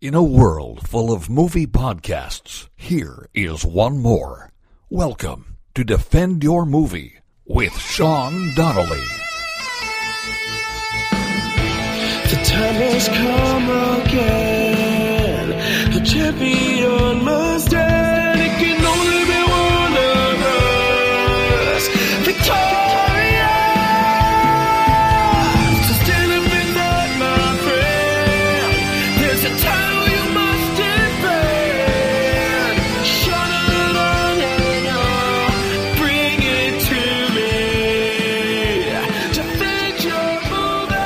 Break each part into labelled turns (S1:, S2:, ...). S1: In a world full of movie podcasts, here is one more. Welcome to Defend Your Movie with Sean Donnelly.
S2: The time has come again. The champion must stand. It can only be one of us. Victorious. So stand up in that, my friend. There's a title you must defend. Shut it on and on. Bring it to me. Defend your movie.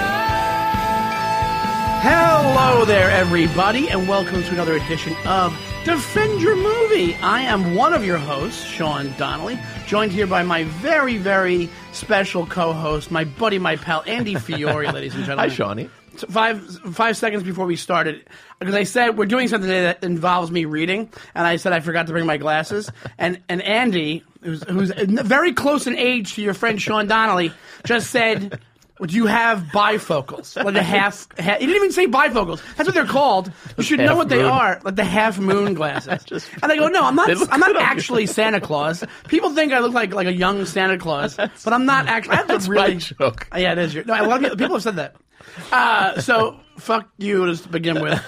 S3: Hello there, everybody, and welcome to another edition of Defend Your Movie. I am one of your hosts, Sean Donnelly, joined here by my very, very special co-host, my buddy, my pal, Andy Fiore, ladies and gentlemen.
S4: Hi, Shawnee.
S3: So five five seconds before we started, because I said we're doing something today that involves me reading, and I said I forgot to bring my glasses. and and Andy, who's, who's very close in age to your friend Sean Donnelly, just said, "Would you have bifocals? Like the half, half?" He didn't even say bifocals. That's what they're called. You should know
S4: Half
S3: what they
S4: moon.
S3: are, like the half moon glasses. and I go, "No, I'm not.
S4: They look
S3: I'm not
S4: good on you."
S3: actually Santa Claus. People think I look like like a young Santa Claus, but I'm not actually. That's
S4: that's
S3: a
S4: my
S3: really Oh,
S4: joke.
S3: yeah, it is. Your, no, a lot of people, people have said that. Uh, so fuck you to begin with.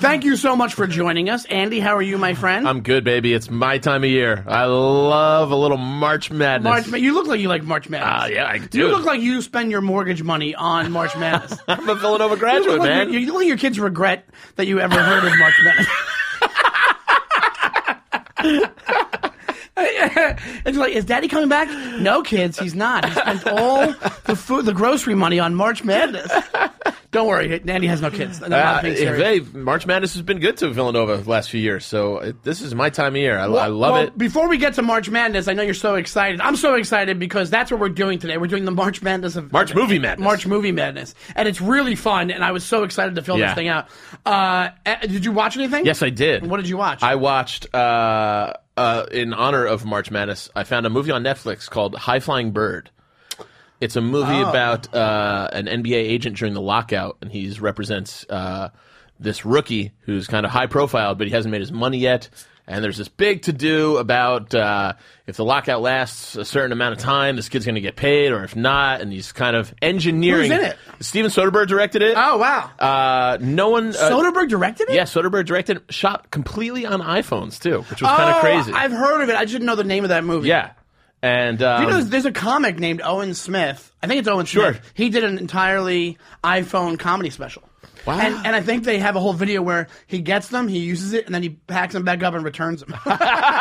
S3: Thank you so much for joining us, Andy. How are you, my friend?
S4: I'm good, baby. It's my time of year. I love a little March Madness.
S3: March. Ma- You look like you like March Madness.
S4: Ah, yeah, I do.
S3: You look like you spend your mortgage money on March Madness.
S4: I'm a Villanova
S3: you,
S4: graduate,
S3: look like
S4: man.
S3: your- you look like your kids regret that you ever heard of March Madness. it's like, is Daddy coming back? No, kids, he's not. He spent all the food, the grocery money on March Madness. Don't worry, Andy has no kids. I'm
S4: Uh,
S3: not being serious.
S4: hey, March Madness has been good to Villanova the last few years, so it, this is my time of year. I, I
S3: Well-
S4: love
S3: well,
S4: it.
S3: Before we get to March Madness, I know you're so excited. I'm so excited because that's what we're doing today. We're doing the March Madness of
S4: March Movie Madness.
S3: March Movie Madness, and it's really fun. And I was so excited to fill this
S4: Yeah.
S3: thing out. Uh, eh, did you watch anything?
S4: yes, I did.
S3: What did you watch?
S4: I watched, uh, uh, in honor of March Madness, I found a movie on Netflix called High Flying Bird. It's a movie
S3: Oh.
S4: about uh, an NBA agent during the lockout, and he represents uh, this rookie who's kind of high profile, but he hasn't made his money yet. And there's this big to do about uh, if the lockout lasts a certain amount of time, this kid's going to get paid, or if not. And he's kind of engineering.
S3: Who's in it?
S4: Steven Soderbergh directed it.
S3: oh wow,
S4: Uh, no one. Uh,
S3: Soderbergh directed it.
S4: Yeah, Soderbergh directed, it, shot completely on iPhones too, which was
S3: oh,
S4: kind of crazy.
S3: I've heard of it. I just didn't know the name of that movie.
S4: yeah, and um,
S3: You know, there's, there's a comic named Owen Smith. I think it's Owen
S4: Sure.
S3: Smith. He did an entirely iPhone comedy special.
S4: Wow.
S3: And, and I think they have a whole video where he gets them, he uses it, and then he packs them back up and returns them.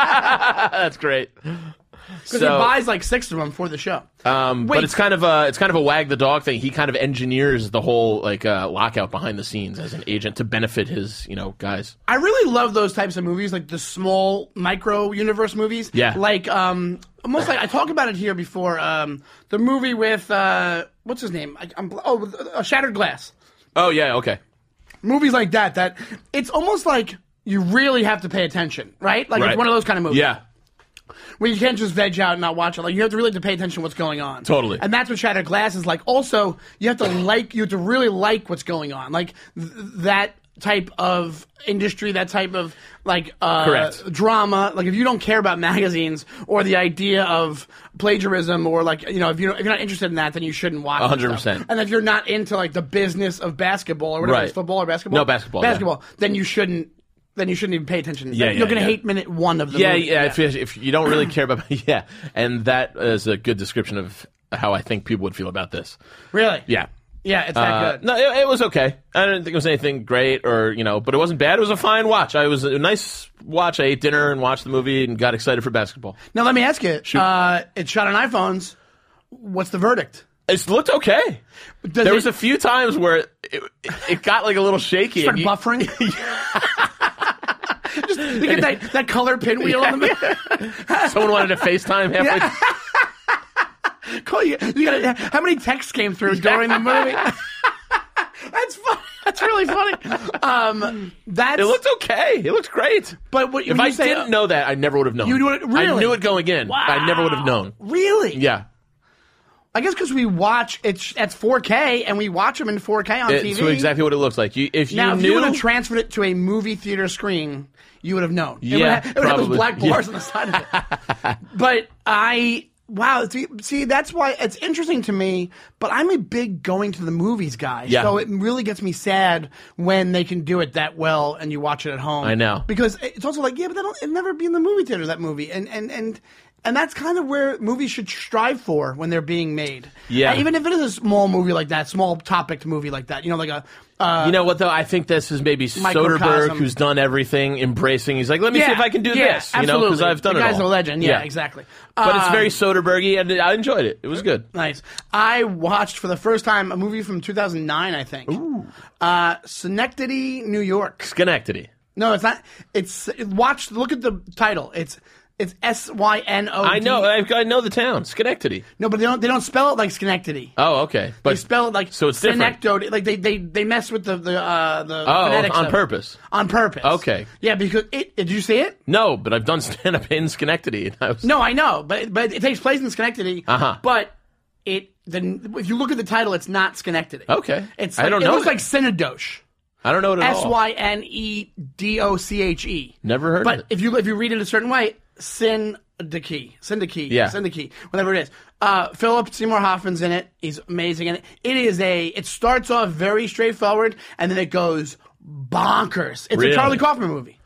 S4: that's great.
S3: Because he buys like six of them for the show.
S4: Um,
S3: Wait.
S4: but it's kind of a it's kind of a wag the dog thing. He kind of engineers the whole like uh, lockout behind the scenes as an agent to benefit his you know guys.
S3: I really love those types of movies, like the small micro universe movies.
S4: Yeah.
S3: Like um, almost like I talked about it here before. Um, the movie with uh, what's his name? I, I'm bl- oh, with, uh, Shattered Glass.
S4: Oh yeah, okay.
S3: Movies like that. That it's almost like you really have to pay attention, right? Like
S4: Right.
S3: it's one of those kind of movies.
S4: Yeah,
S3: where you can't just veg out and not watch it. Like you have to really have to pay attention to what's going on.
S4: Totally.
S3: And that's what Shattered Glass is like. Also, you have to like you have to really like what's going on. Like th- that type of industry, that type of like uh,
S4: Correct.
S3: drama. Like if you don't care about magazines or the idea of plagiarism or like you know if you if you're not interested in that, then you shouldn't watch. that
S4: 100%.
S3: stuff. And if you're not into like the business of basketball or whatever
S4: Right.
S3: it's football or basketball,
S4: No, basketball, yeah.
S3: basketball, then you shouldn't. Then you shouldn't even pay attention.
S4: Yeah,
S3: you're
S4: yeah,
S3: gonna
S4: yeah.
S3: hate minute one of the
S4: yeah,
S3: movie.
S4: yeah. If, if you don't really care about yeah, and that is a good description of how I think people would feel about this.
S3: Really?
S4: Yeah.
S3: Yeah, it's that
S4: Uh,
S3: good.
S4: no, it, it was okay. I didn't think it was anything great, or you know, but it wasn't bad. It was a fine watch. I it was a nice watch. I ate dinner and watched the movie and got excited for basketball.
S3: Now let me ask you. Uh, it's shot on iPhones. What's the verdict?
S4: It looked okay.
S3: Does
S4: there
S3: it-
S4: was a few times where it, it, it got like a little shaky.
S3: Start
S4: and you-
S3: buffering. Just you get that, that color pinwheel in the middle.
S4: someone wanted to FaceTime halfway.
S3: Call you. you gotta, how many texts came through during the movie? that's fun. That's really funny. Um, that's
S4: It looked okay. It looked great.
S3: But what-
S4: if
S3: when
S4: I
S3: you say-
S4: didn't know that, I never would have known.
S3: You would- really?
S4: I knew it going in. I never would have known.
S3: really.
S4: Yeah.
S3: I guess because we watch it's that's 4K and we watch them in 4K on TV.
S4: It's exactly what it looks like. You, if you
S3: Now, if
S4: knew,
S3: you would have transferred it to a movie theater screen, you would have known. It would
S4: Yeah,
S3: have, it would have those
S4: probably.
S3: black bars
S4: Yeah.
S3: on the side of it. but I, wow, see, see, that's why it's interesting to me. But I'm a big going to the movies guy,
S4: Yeah.
S3: so it really gets me sad when they can do it that well and you watch it at home.
S4: I know.
S3: because it's also like, yeah, but that'll it'll never be in the movie theater that movie, and and and. And that's kind of where movies should strive for when they're being made.
S4: Yeah.
S3: And even if it is a small movie like that, small topic movie like that, you know, like a uh,
S4: you know what though? I think this is maybe
S3: Microcosm.
S4: Soderbergh, who's done everything, embracing. He's like, let me see if I can do
S3: yeah,
S4: this. You know, because
S3: absolutely.
S4: I've done
S3: the
S4: it.
S3: guy's a
S4: all.
S3: legend. Yeah, exactly.
S4: But it's
S3: Um,
S4: very Soderberghy, and I enjoyed it. It was good.
S3: nice. I watched for the first time a movie from 2009, I think. Uh, Schenectady, New York.
S4: Schenectady.
S3: No, it's not. It's watch. Look at the title. It's it's S Y N O. D.
S4: I know. eh? I've, I know the town. Schenectady.
S3: No, but they don't. They don't spell it like Schenectady.
S4: Oh, okay. But
S3: they spell it like
S4: so it's different.
S3: Schenectady. Like they they they mess with the the uh, the
S4: Oh,
S3: phonetics
S4: on
S3: of it.
S4: purpose.
S3: On purpose.
S4: Okay.
S3: Yeah, because it. Did you see it?
S4: No, but I've done stand up in Schenectady. And I was,
S3: No, I know, but but it takes place in Schenectady.
S4: Uh-huh.
S3: But it the if you look at the title, it's not Schenectady.
S4: Okay.
S3: It's
S4: I
S3: like,
S4: don't
S3: it
S4: know
S3: looks
S4: it.
S3: like Synodoche.
S4: I don't know it at
S3: S
S4: all.
S3: Y N E D O C H E.
S4: Never heard of
S3: But
S4: it.
S3: if you if you read it a certain way, Sin the key, Sin the key,
S4: Yeah.
S3: Sin the key, whatever it is. Uh, Philip Seymour Hoffman's in it. He's amazing in it. It is a. It starts off very straightforward, and then it goes bonkers. It's
S4: Really?
S3: a Charlie Kaufman movie,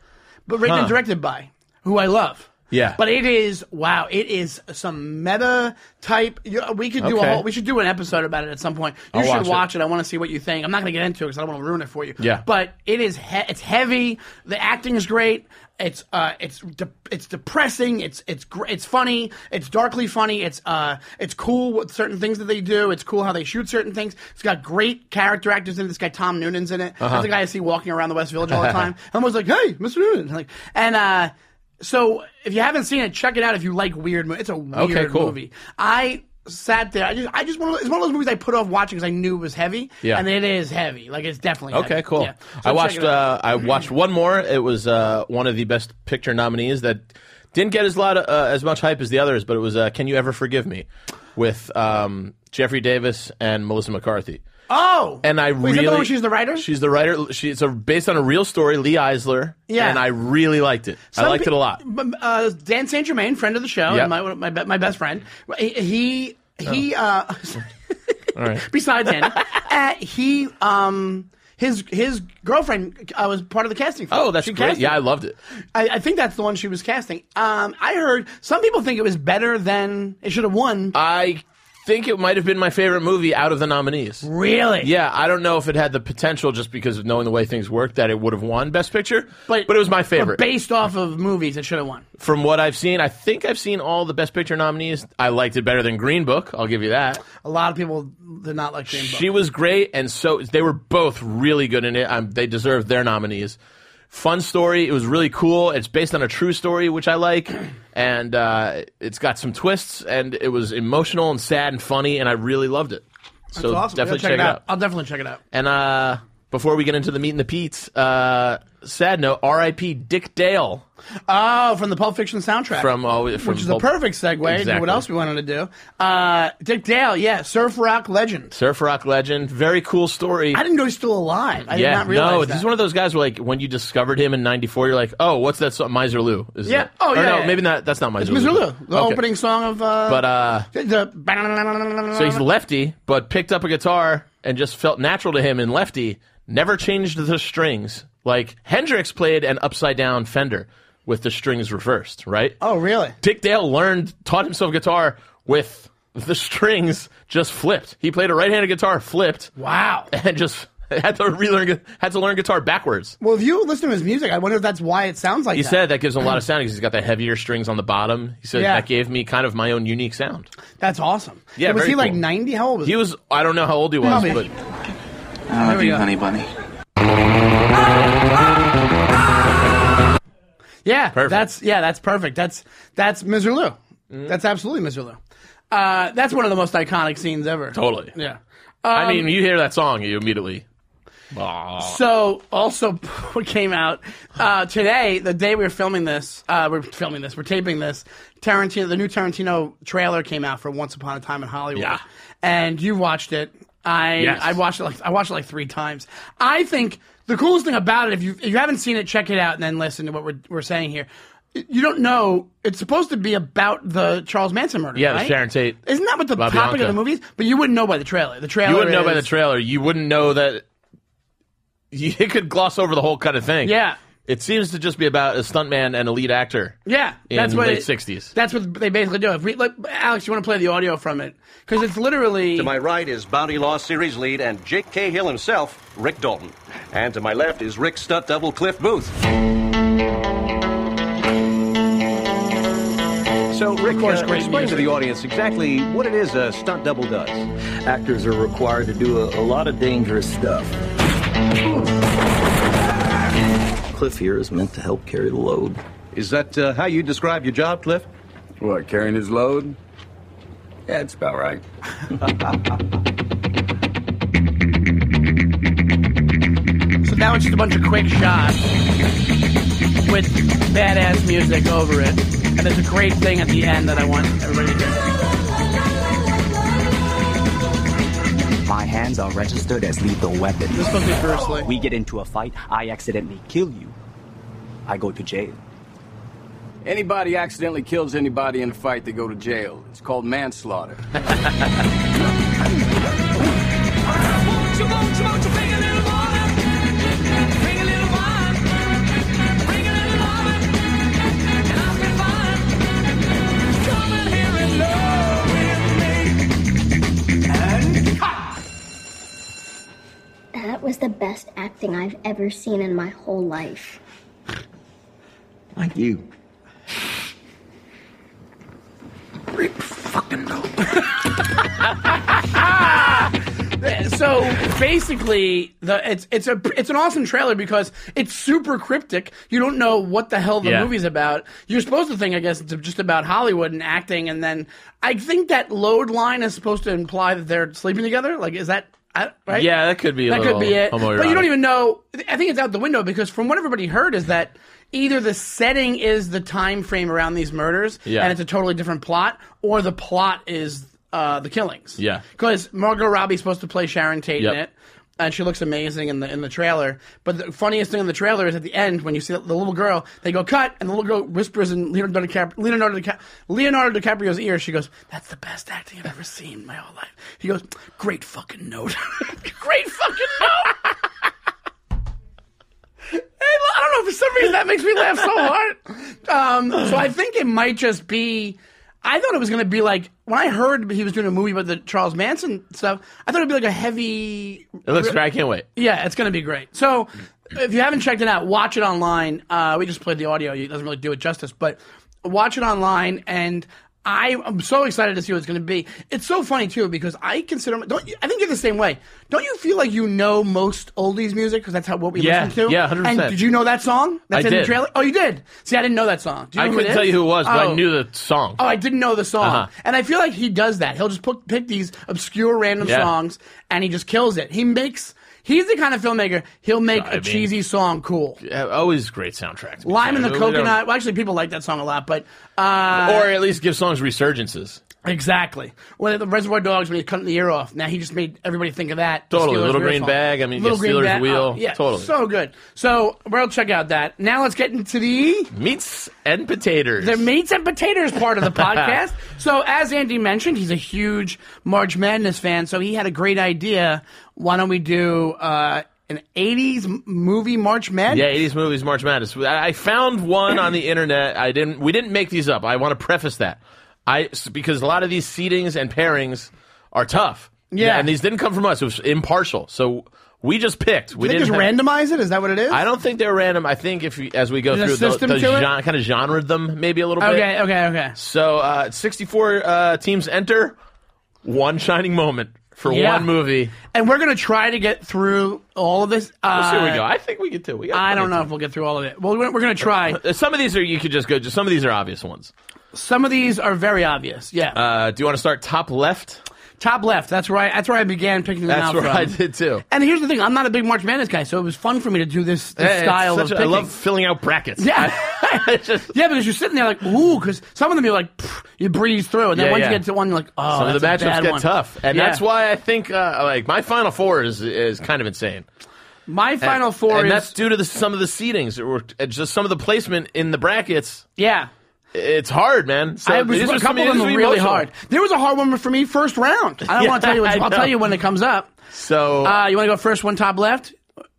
S3: but written and
S4: Huh.
S3: directed by who I love.
S4: Yeah.
S3: but it is wow. It is some meta type. You, we could do
S4: Okay.
S3: a whole. We should do an episode about it at some point. You
S4: I'll
S3: should
S4: watch it.
S3: watch it. I want to see what you think. I'm not going to get into it because I don't want to ruin it for you.
S4: Yeah.
S3: but it is. He- it's heavy. The acting is great. It's uh, it's de- it's depressing. It's it's gr- it's funny. It's darkly funny. It's uh, it's cool what certain things that they do. It's cool how they shoot certain things. It's got great character actors in it. This guy Tom Noonan's in it.
S4: Uh-huh.
S3: That's the guy I see walking around the West Village all the time. And I was like, hey, Mr. Noonan, like, and uh, so if you haven't seen it, check it out. If you like weird, mo- it's a weird
S4: Okay, cool.
S3: movie. I sat there. I just, I just one of those, it's one of those movies I put off watching because I knew it was heavy.
S4: Yeah.
S3: and it is heavy. Like it's definitely
S4: Okay,
S3: heavy.
S4: cool.
S3: Yeah. So
S4: I
S3: check
S4: watched.
S3: it out.
S4: Uh, I watched one more. It was uh, one of the best picture nominees that didn't get as lot uh, as much hype as the others, but it was uh, "Can You Ever Forgive Me" with um, Jeffrey Davis and Melissa McCarthy.
S3: oh,
S4: And I
S3: Wait, is that the
S4: really
S3: one where she's the writer?
S4: She's the writer. She, it's a, based on a real story, Lee Eisler.
S3: Yeah.
S4: and I really liked it. I
S3: Some
S4: liked
S3: pe-
S4: it a lot.
S3: m- Uh, Dan Saint Germain, friend of the show,
S4: Yeah. Oh.
S3: and my, my be- my best friend. He he, he uh,
S4: All right.
S3: besides Andy, uh, he um his his girlfriend uh, was part of the casting. for it.
S4: Oh, that's
S3: she
S4: great.
S3: casted
S4: Yeah,
S3: it.
S4: I loved it.
S3: I, I think that's the one she was casting. Um, I heard some people think it was better than it should have won.
S4: Uh, I think it might have been my favorite movie out of the nominees.
S3: really?
S4: Yeah, I don't know if it had the potential just because of knowing the way things work that it would have won Best Picture,
S3: But-
S4: it was my
S3: But
S4: favorite.
S3: based off of movies, it should have won.
S4: From what I've seen, I think I've seen all the Best Picture nominees. I liked it better than Green Book, I'll give you that.
S3: A lot of people did not like Jane
S4: She was great and so they were both really good in it. Um, they deserved their nominees. Fun story, it was really cool. It's based on a true story which I like and uh, it's got some twists and it was emotional and sad and funny and I really loved it. So definitely check, it out.
S3: I'll definitely check it out.
S4: And uh, before we get into the meat and the peats, uh, sad note: R.I.P. Dick Dale
S3: Oh, from the Pulp Fiction soundtrack.
S4: from uh, from
S3: which is
S4: Pulp-
S3: a perfect segue to
S4: Exactly.
S3: what else we wanted to do. Uh, Dick Dale, yeah, surf rock legend.
S4: surf rock legend. Very cool story.
S3: I didn't know he's still alive. I did
S4: yeah,
S3: not realize
S4: no,
S3: that.
S4: he's one of those guys where like when you discovered him in '94, you're like, oh, what's that song? Miser Lou, is
S3: Yeah.
S4: It?
S3: Oh,
S4: Or
S3: yeah,
S4: no,
S3: yeah.
S4: maybe not. That's not Miser Lou.
S3: Mr. Lou, the
S4: Okay.
S3: opening song of. Uh,
S4: But uh,
S3: the
S4: so he's lefty, but picked up a guitar and just felt natural to him in lefty. Never changed the strings. Like Hendrix played an upside down Fender with the strings reversed, right?
S3: oh, really?
S4: Dick Dale learned, taught himself guitar with the strings just flipped. He played a right-handed guitar, flipped,
S3: Wow.
S4: and just had to relearn, gu- had to learn guitar backwards.
S3: Well, if you listen to his music, I wonder if that's why it sounds like
S4: He
S3: that.
S4: said that gives him a lot of sound because he's got the heavier strings on the bottom. He said
S3: Yeah.
S4: that gave me kind of my own unique sound.
S3: that's awesome.
S4: Yeah,
S3: was
S4: very
S3: he like
S4: cool.
S3: ninety? How old was
S4: He was, I don't know how old he was,
S3: Probably.
S4: but
S5: I
S3: There
S5: love
S3: we
S5: you,
S3: go.
S5: honey bunny.
S3: Yeah,
S4: Perfect.
S3: that's yeah, that's perfect. That's that's Mr. Lou.
S5: Mm-hmm.
S3: That's absolutely Mr. Lou. Uh, that's one of the most iconic scenes ever.
S4: totally.
S3: Yeah. Um,
S4: I mean, you hear that song, you immediately.
S3: So, also, what came out uh, today, the day we were filming this, uh, we're filming this, we're taping this. Tarantino, the new Tarantino trailer came out for Once Upon a Time in Hollywood,
S4: Yeah.
S3: and you watched it. I
S4: Yes.
S3: I watched it like I watched it like three times. I think the coolest thing about it, if you if you haven't seen it, check it out and then listen to what we're we're saying here. You don't know it's supposed to be about the Charles Manson murder.
S4: Yeah, the
S3: right?
S4: Sharon Tate,
S3: Isn't that what the
S4: La
S3: topic
S4: Bianca.
S3: of the movie is? But you wouldn't know by the trailer. The trailer.
S4: You wouldn't know by the
S3: is-
S4: trailer. You wouldn't know that you it could gloss over the whole kind of thing.
S3: Yeah.
S4: It seems to just be about a stuntman and a lead actor.
S3: Yeah,
S4: in
S3: that's what
S4: late
S3: it-
S4: 60s.
S3: That's what they basically do. If we, like, Alex, you want to play the audio from it because it's literally
S5: To my right is Bounty Law Series lead and Jake Cahill himself, Rick Dalton. And to my left is Rick Stutt Double Cliff Booth. So, Rick,
S3: course,
S5: uh,
S3: great
S5: explain to
S3: music.
S5: the audience exactly what it is a stunt double does.
S6: actors are required to do a, a lot of dangerous stuff. Cliff here is meant to help carry the load.
S5: Is that uh, how you describe your job, Cliff?
S7: What, carrying his load? Yeah, it's about right.
S3: so now it's just a bunch of quick shots with badass music over it, and there's a great thing at the end that I want everybody to hear.
S8: My hands are registered as lethal weapons.
S3: This is supposed to be Bruce Lee.
S8: We get into a fight, I accidentally kill you. I go to jail.
S7: Anybody accidentally kills anybody in a fight, they go to jail. It's called manslaughter.
S2: Won't you, won't you, won't you bring a little water? Bring a little wine. Bring a little love, and I'll be fine. Come in here and love with me.
S9: That was the best acting I've ever seen in my whole life.
S6: Like you.
S3: So basically, the it's it's a it's an awesome trailer because it's super cryptic. You don't know what the hell the
S4: Yeah.
S3: movie's about. You're supposed to think, I guess, it's just about Hollywood and acting, and then I think that load line is supposed to imply that they're sleeping together. Like, is that I, right?
S4: Yeah, that could be a
S3: that could
S4: little
S3: be it. But you
S4: homoerotic.
S3: don't even know. I think it's out the window because from what everybody heard is that either the setting is the time frame around these murders,
S4: Yeah.
S3: and it's a totally different plot, or the plot is uh, the killings.
S4: Yeah.
S3: because Margot Robbie's supposed to play Sharon Tate in
S4: Yep.
S3: it. And she looks amazing in the in the trailer. But the funniest thing in the trailer is at the end when you see the, the little girl, they go cut, and the little girl whispers in Leonardo, DiCap- Leonardo, DiCap- Leonardo DiCaprio's ear. She goes, "That's the best acting I've ever seen in my whole life." He goes, "Great fucking note, great fucking note." I don't know. For some reason, that makes me laugh so hard. Um, so I think it might just be. I thought it was going to be like when I heard he was doing a movie about the Charles Manson stuff. I thought it'd be like a heavy.
S4: It looks great. I can't wait.
S3: Yeah, it's going to be great. So if you haven't checked it out, watch it online. Uh, we just played the audio; it doesn't really do it justice, but watch it online and. I am so excited to see what it's going to be. It's so funny too because I consider don't you, I think you're the same way. Don't you feel like you know most oldies music because that's how what we
S4: Yeah,
S3: listen to?
S4: yeah, 100%.
S3: And did you know that song? That's
S4: I
S3: in
S4: did.
S3: the trailer. Oh, you did. See, I didn't know that song. Do you
S4: I
S3: know who
S4: couldn't
S3: it
S4: tell
S3: is?
S4: you who it was, but I
S3: Oh.
S4: knew the song.
S3: Oh, I didn't know the song.
S4: Uh-huh.
S3: And I feel like he does that. He'll just pick, pick these obscure random
S4: Yeah.
S3: songs and he just kills it. He makes, he's the kind of filmmaker, he'll make
S4: I
S3: a
S4: mean-
S3: cheesy song cool.
S4: Uh, Always great soundtracks.
S3: Lime and
S4: We
S3: the
S4: don't-
S3: Coconut. Well, actually, people like that song a lot, but uh,
S4: or at least give songs resurgences.
S3: exactly. Well, the Reservoir Dogs when he cut the ear off. Now he just made everybody think of that. The
S4: Totally.
S3: Steelers
S4: Little
S3: were
S4: Green
S3: song.
S4: Bag. I mean, yeah, Steelers Wheel.
S3: Oh, yeah,
S4: Totally.
S3: so good. So we'll check out that. Now let's get into the
S4: Meats and potatoes.
S3: the meats and potatoes part of the podcast. so, as Andy mentioned, he's a huge March Madness fan. So he had a great idea. Why don't we do uh, an '80s m- movie March
S4: Yeah,
S3: Madness?
S4: 80s movies, March Madness. I I found one on the internet. I didn't. We didn't make these up. I want to preface that. I s- because a lot of these seedings and pairings are tough.
S3: Yeah.
S4: and these didn't come from us. It was impartial. So we just picked. We
S3: Did they
S4: didn't
S3: just
S4: have-
S3: randomize it? Is that what it is?
S4: I don't think they're random. I think if you, as we go
S3: There's a
S4: through,
S3: system
S4: the,
S3: to it?
S4: kind of genred them maybe a little bit.
S3: Okay, okay, okay.
S4: So uh, 64 uh, teams enter. One shining moment for
S3: Yeah.
S4: one movie.
S3: And we're gonna try to get through all of this. Uh,
S4: Let's see where we go. I think we get two. We got
S3: I
S4: plenty
S3: don't
S4: of
S3: know if we'll get through all of it. Well, we're, we're gonna try.
S4: time. Uh, Some of these are you could just go. Just some of these are obvious ones.
S3: Some of these are very obvious. Yeah.
S4: Uh, do you want to start top left?
S3: Top left. That's where I. That's where I began picking them
S4: That's
S3: out
S4: where
S3: from.
S4: I did too.
S3: And here's the thing: I'm not a big March Madness guy, so it was fun for me to do this, this
S4: Hey, it's
S3: style of
S4: such a- I
S3: picking.
S4: love filling out brackets.
S3: Yeah.
S4: It's just-
S3: yeah, because you're sitting there like, ooh, because some of them you're like, pff, you breeze through, and then
S4: Yeah,
S3: once
S4: yeah.
S3: you get to one, you're like, oh,
S4: Some of the
S3: that's a
S4: matchups
S3: bad
S4: get
S3: one.
S4: tough, and
S3: Yeah.
S4: that's why I think uh, like my final four is is kind of insane.
S3: my final four
S4: and
S3: is
S4: that's due to the, some of the seedings or uh, just some of the placement in the brackets.
S3: yeah.
S4: It's hard, man. So
S3: I was,
S4: these
S3: a
S4: are some-
S3: couple of
S4: these
S3: them
S4: are
S3: were really
S4: emotional.
S3: hard. There was a hard one for me first round. I don't
S4: Yeah,
S3: want to tell you. Which,
S4: I
S3: I'll tell
S4: know.
S3: you when it comes up.
S4: So
S3: Uh,
S4: uh,
S3: you want to go first one top left?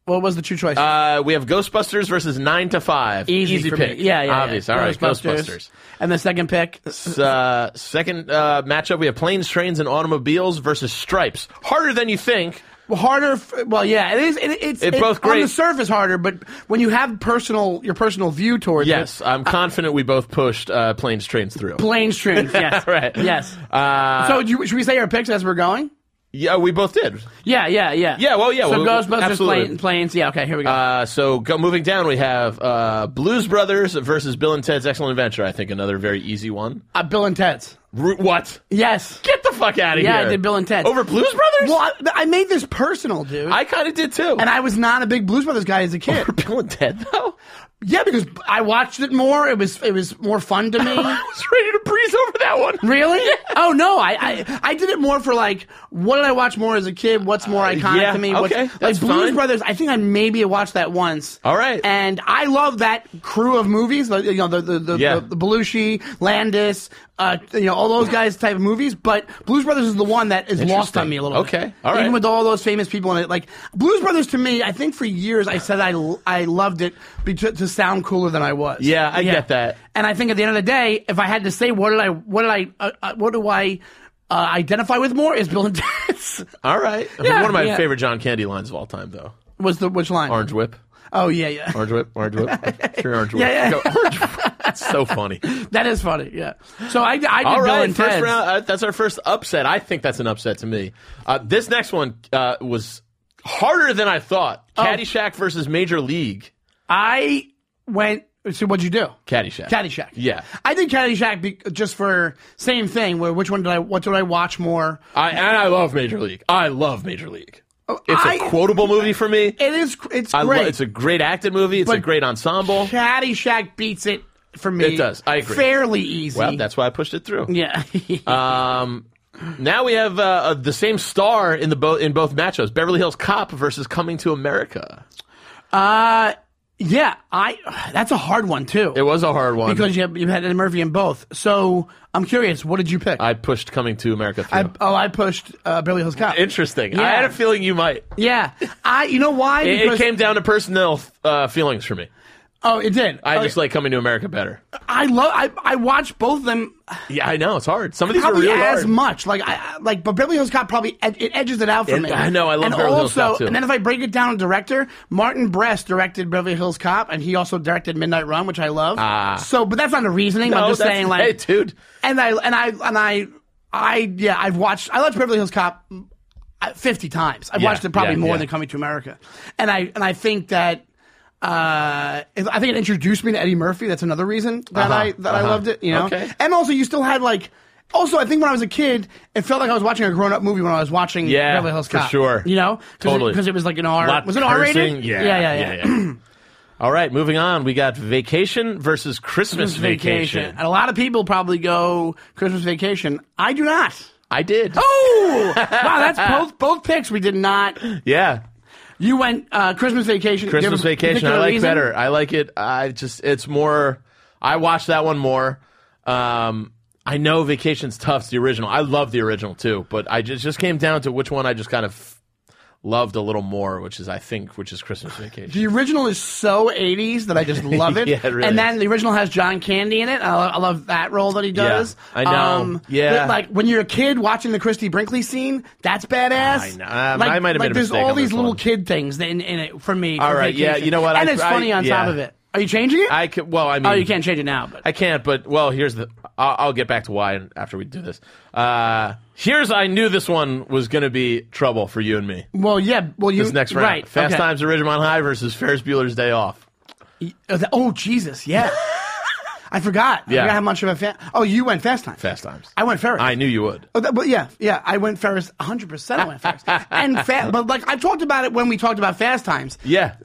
S3: What was the two choices?
S4: we have Ghostbusters versus Nine to Five.
S3: for
S4: pick.
S3: Me. Yeah, yeah.
S4: Obvious.
S3: yeah.
S4: All right, Ghostbusters.
S3: And the second pick,
S4: S- Uh, second uh, matchup, we have planes, trains, and automobiles versus stripes. Harder than you think.
S3: harder. F- well, yeah, it is. It, it's
S4: It's
S3: it-
S4: both
S3: on
S4: great.
S3: the surface harder, but when you have personal your personal view towards
S4: Yes,
S3: it,
S4: I'm confident we both pushed uh, planes, trains through.
S3: plane strings. Yes,
S4: Right.
S3: Yes.
S4: Uh,
S3: so do you, should we say our picks as we're going?
S4: yeah, we both did.
S3: Yeah, yeah, yeah.
S4: Yeah, well, yeah,
S3: So
S4: well,
S3: Ghostbusters,
S4: absolutely.
S3: plane, planes. Yeah. Okay. Here we go.
S4: Uh, so go, moving down, we have uh, Blues Brothers versus Bill and Ted's Excellent Adventure. I think another very easy one.
S3: Uh, Bill and Ted's.
S4: Ru- what?
S3: Yes.
S4: Get the fuck out of
S3: Yeah,
S4: here!
S3: I did Bill and Ted's.
S4: over Blues Brothers.
S3: Well, I, I made this personal, dude.
S4: I kind of did too.
S3: and I was not a big Blues Brothers guy as a kid.
S4: over Bill and Ted though.
S3: yeah, because I watched it more. It was it was more fun to me.
S4: I was ready to breeze over that one.
S3: Really? Oh no, I, I I did it more for like what did I watch more as a kid? What's more iconic
S4: Uh, yeah,
S3: to me? What's-
S4: okay,
S3: like
S4: that's
S3: Blues
S4: fine.
S3: Brothers. I think I maybe watched that once.
S4: All right.
S3: And I love that crew of movies. Like, you know the the the,
S4: Yeah.
S3: the, the Belushi, Landis, uh, you know all those guys type of movies. But Blues Brothers is the one that is lost
S4: Interesting.
S3: on me a little. bit.
S4: Okay, all
S3: Even
S4: right.
S3: with all those famous people in it, like Blues Brothers to me, I think for years I said I l- I loved it be- to, to sound cooler than I was.
S4: Yeah, I get that.
S3: And I think at the end of the day, if I had to say what did I, what did I, uh, uh, what do I uh, identify with more is Bill and Ted's.
S4: All right.
S3: Yeah,
S4: one of my
S3: yeah.
S4: favorite John Candy lines of all time though.
S3: Was the which line?
S4: Orange whip.
S3: Oh yeah, yeah.
S4: Orange whip. Orange whip. Three orange whip.
S3: Yeah, yeah.
S4: Go, orange whip. It's so funny.
S3: That is funny. Yeah. So I, I did
S4: All
S3: Bill
S4: right,
S3: and
S4: first
S3: Ted's.
S4: round. Uh, that's our first upset. I think that's an upset to me. Uh, this next one uh, was harder than I thought.
S3: Oh.
S4: Caddyshack versus Major League.
S3: I went. So what'd you do?
S4: Caddyshack.
S3: Caddyshack.
S4: Yeah.
S3: I did Caddyshack be, just for same thing. Where which one did I? What did I watch more?
S4: I, and I love Major League. I love Major League. It's a
S3: Oh, I-
S4: quotable movie for me.
S3: It is. It's
S4: I
S3: great.
S4: lo- it's a great acted movie. It's a
S3: But-
S4: great ensemble.
S3: Caddyshack beats it for me.
S4: It does. I agree.
S3: Fairly easy.
S4: Well, that's why I pushed it through.
S3: yeah.
S4: Um, now we have uh, uh, the same star in the bo- in both matchups: Beverly Hills Cop versus Coming to America.
S3: Uh, yeah, I. That's a hard one too.
S4: It was a hard one
S3: because you had, you had Eddie Murphy in both. So I'm curious, what did you pick?
S4: I pushed Coming to America through.
S3: I- oh, I pushed uh, Beverly Hills Cop.
S4: Interesting. I
S3: Yeah.
S4: had a feeling you might.
S3: yeah, I. You know why?
S4: It, it
S3: Because-
S4: came down to personal uh, feelings for me.
S3: Oh, it did.
S4: I
S3: Oh,
S4: just like coming to America better.
S3: I love. I I watched both of them.
S4: Yeah, I know it's hard. Some of these are
S3: probably
S4: really
S3: as
S4: hard.
S3: much. Like I I- like, but Beverly Hills Cop probably ed- it edges it out for
S4: It-
S3: me.
S4: I know, I love
S3: and
S4: Beverly Hills
S3: also,
S4: Cop, too.
S3: And then if I break it down, to director Martin Brest directed Beverly Hills Cop, and he also directed Midnight Run, which I love.
S4: Ah.
S3: so, but that's not the reasoning.
S4: No,
S3: I'm just
S4: that's-
S3: saying, like,
S4: hey, dude.
S3: and I and I and I I yeah, I've watched I watched Beverly Hills Cop mm, uh, fifty times. I've
S4: Yeah,
S3: watched it probably
S4: yeah,
S3: more
S4: yeah.
S3: than Coming to America, and I and I think that. Uh, it- I think it introduced me to Eddie Murphy. That's another reason that I
S4: Uh-huh,
S3: that I
S4: uh-huh.
S3: loved it. You know,
S4: Okay.
S3: and also you still had like, also I think when I was a kid, it felt like I was watching a grown up movie when I was watching
S4: Yeah,
S3: Beverly Hills
S4: for
S3: Cop.
S4: sure.
S3: you know, Cause
S4: Totally.
S3: because it, was like an R.
S4: Lot
S3: was it R rated?
S4: cursing. Yeah,
S3: yeah, yeah. yeah.
S4: yeah. All right, moving on. We got vacation versus Christmas,
S3: Christmas vacation.
S4: vacation.
S3: and a lot of people probably go Christmas vacation. I do not.
S4: I did.
S3: Oh, wow! That's both both picks. We did not.
S4: Yeah,
S3: You went uh, Christmas vacation. Do you
S4: Christmas
S3: have a
S4: Vacation. I
S3: particular
S4: like
S3: reason?
S4: better. I like it. I just it's more. I watch that one more. Um, I know Vacation's tough. It's the original. I love the original too, but I just just came down to which one I just kind of loved a little more, which is I think which is Christmas Vacation.
S3: The original is so '80s that I just love it.
S4: Yeah, it really
S3: and then
S4: is.
S3: the original has John Candy in it. I love, I love that role that he does. Um,
S4: I know. Yeah.
S3: but, like when you're a kid watching the Christie Brinkley scene, that's badass.
S4: I know. Um,
S3: Like,
S4: I might
S3: like
S4: have made a
S3: there's
S4: mistake
S3: all
S4: on
S3: these
S4: this
S3: little
S4: one.
S3: kid things in, in it for me.
S4: All
S3: for
S4: right, yeah,
S3: vacation.
S4: you know what,
S3: And
S4: I-
S3: it's funny
S4: I-
S3: on
S4: yeah.
S3: top of it. Are you changing it?
S4: I could, well, I mean,
S3: oh, you can't change it now. But
S4: I can't, but well, here's the. I'll, I'll get back to why and after we do this. Uh, here's I knew this one was going to be trouble for you and me.
S3: well, yeah. Well, you
S4: This next round,
S3: Right.
S4: Fast
S3: okay.
S4: Times at Ridgemont High versus Ferris Bueller's Day Off.
S3: Oh, that- oh, Jesus, yeah. I forgot. I
S4: Yeah.
S3: forgot how much of a fan. Oh, you went Fast Times.
S4: Fast Times.
S3: I went Ferris.
S4: I knew you would.
S3: Oh, that, but yeah, yeah, I went Ferris 100%. I went Ferris. and fa- but like I talked about it when we talked about Fast Times.
S4: Yeah.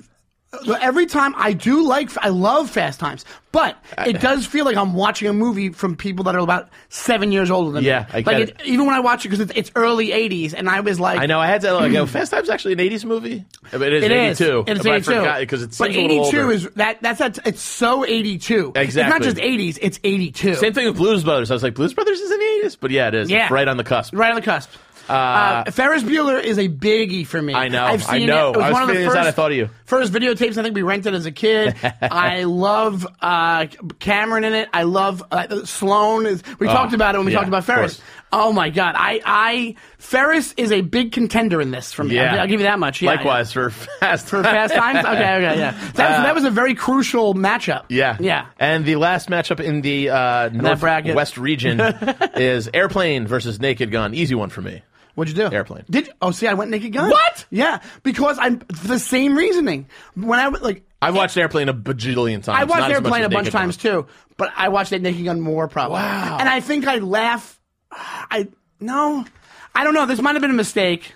S3: But every time I do like, I love Fast Times, but it does feel like I'm watching a movie from people that are about seven years older than
S4: Yeah,
S3: me.
S4: I
S3: like
S4: get it.
S3: even when I watch it because it's, it's early '80s, and I was like,
S4: I know. I had to like, go, Fast Times actually an 80s movie? I mean, it is
S3: It is.
S4: 82.
S3: It's
S4: but I
S3: 82.
S4: forgot because it's
S3: but
S4: a little
S3: 82
S4: older.
S3: is that that's that's it's so 82. It's not
S4: Exactly.
S3: just 80s. It's 82.
S4: Same thing with Blues Brothers. I was like, Blues Brothers is in the 80s? But yeah, it is.
S3: Yeah.
S4: It's right on the cusp.
S3: Right on the cusp. Uh, Ferris Bueller is a biggie for me.
S4: I know,
S3: I've
S4: I
S3: seen
S4: know.
S3: It. it was
S4: I was
S3: one of the
S4: feeling this
S3: first,
S4: out, I thought of you.
S3: First videotapes I think we rented as a kid. I love uh, Cameron in it. I love uh, Sloan. Is, we talked about it when we
S4: Oh, yeah,
S3: talked about
S4: of course.
S3: Ferris. Oh my God! I, I Ferris is a big contender in this for me.
S4: Yeah.
S3: I'll, I'll give you that much. Yeah,
S4: Likewise for Fast
S3: yeah. For Fast Times. Okay, okay, yeah. That, was-
S4: Uh,
S3: that was a very crucial matchup.
S4: Yeah.
S3: yeah.
S4: And the last matchup in the uh,
S3: bracket.
S4: Northwest region is Airplane versus Naked Gun. Easy one for me.
S3: What'd you do?
S4: Airplane.
S3: Did oh see I went Naked Gun.
S4: What?
S3: Yeah, because I'm the same reasosoning. When I was like
S4: I've watched Airplane a bajillion times.
S3: I watched
S4: not as much
S3: Airplane
S4: as
S3: a bunch of
S4: Naked
S3: times
S4: Gun.
S3: too, but I watched it Naked Gun more probably.
S4: Wow.
S3: And I think I laugh. I no, I don't know. This might have been a mistake.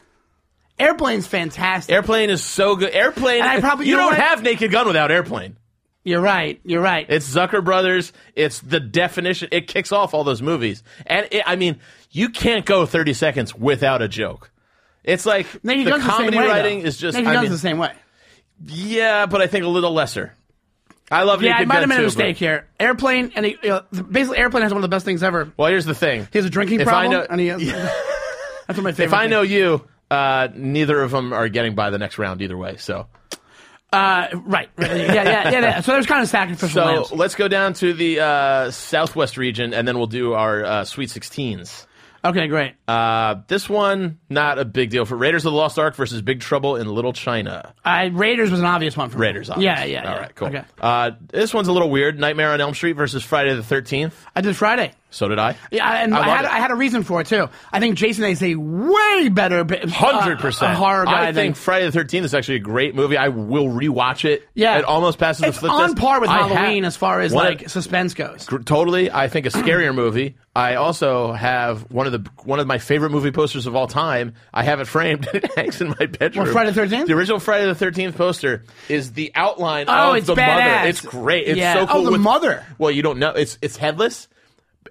S3: Airplane's fantastic.
S4: Airplane is so good. Airplane.
S3: And I probably-
S4: you,
S3: you know
S4: don't
S3: what?
S4: have Naked Gun without Airplane.
S3: you're right. You're right.
S4: It's Zucker Brothers. It's the definition. It kicks off all those movies. And it, I mean, you can't go 30 seconds without a joke. It's like
S3: Naked
S4: the
S3: Gun's
S4: comedy
S3: the same way,
S4: writing
S3: though.
S4: is just.
S3: Naked
S4: I
S3: Gun's
S4: mean,
S3: the same way.
S4: Yeah, but I think a little lesser. I love
S3: Yeah,
S4: Naked
S3: I might
S4: Gun
S3: have made a
S4: too, but-
S3: mistake here. Airplane and it, you know, basically Airplane has one of the best things ever.
S4: Well, here's the thing.
S3: He has a drinking
S4: If I
S3: problem,
S4: know-
S3: and he has, that's what my favorite.
S4: if I
S3: thing.
S4: know you, uh, neither of them are getting by the next round either way. So,
S3: uh, right, right, yeah, yeah, yeah, yeah. So there's kind of sacrificial.
S4: so
S3: lambs.
S4: let's go down to the uh, Southwest region, and then we'll do our uh, Sweet 16s.
S3: Okay, great.
S4: Uh, this one, not a big deal for Raiders of the Lost Ark versus Big Trouble in Little China.
S3: I, Uh, Raiders was an obvious one for me.
S4: Raiders, obviously.
S3: Yeah, yeah.
S4: All
S3: yeah.
S4: right, cool.
S3: Okay.
S4: Uh, this one's a little weird. Nightmare on Elm Street versus Friday the 13th.
S3: I did Friday.
S4: So did I.
S3: Yeah, and I,
S4: love
S3: had
S4: it.
S3: I had a reason for it too. I think Jason is a way better
S4: Hundred percent
S3: uh, horror guy
S4: I
S3: than-
S4: think Friday the Thirteenth is actually a great movie. I will rewatch it.
S3: yeah,
S4: it almost passes the
S3: It's
S4: flip
S3: on
S4: test.
S3: par with
S4: I ha-
S3: Halloween as far as
S4: One of-
S3: like suspense goes.
S4: gr- totally. I think a scarier movie. I also have one of the one of my favorite movie posters of all time. I have it framed. and It hangs in my bedroom.
S3: What, Friday the 13th?
S4: The original Friday the Thirteenth poster is the outline
S3: Oh,
S4: of
S3: it's
S4: the
S3: badass.
S4: mother. It's great. It's
S3: Yeah.
S4: so cool.
S3: Oh, the
S4: with-
S3: mother.
S4: Well, you don't know. It's it's headless,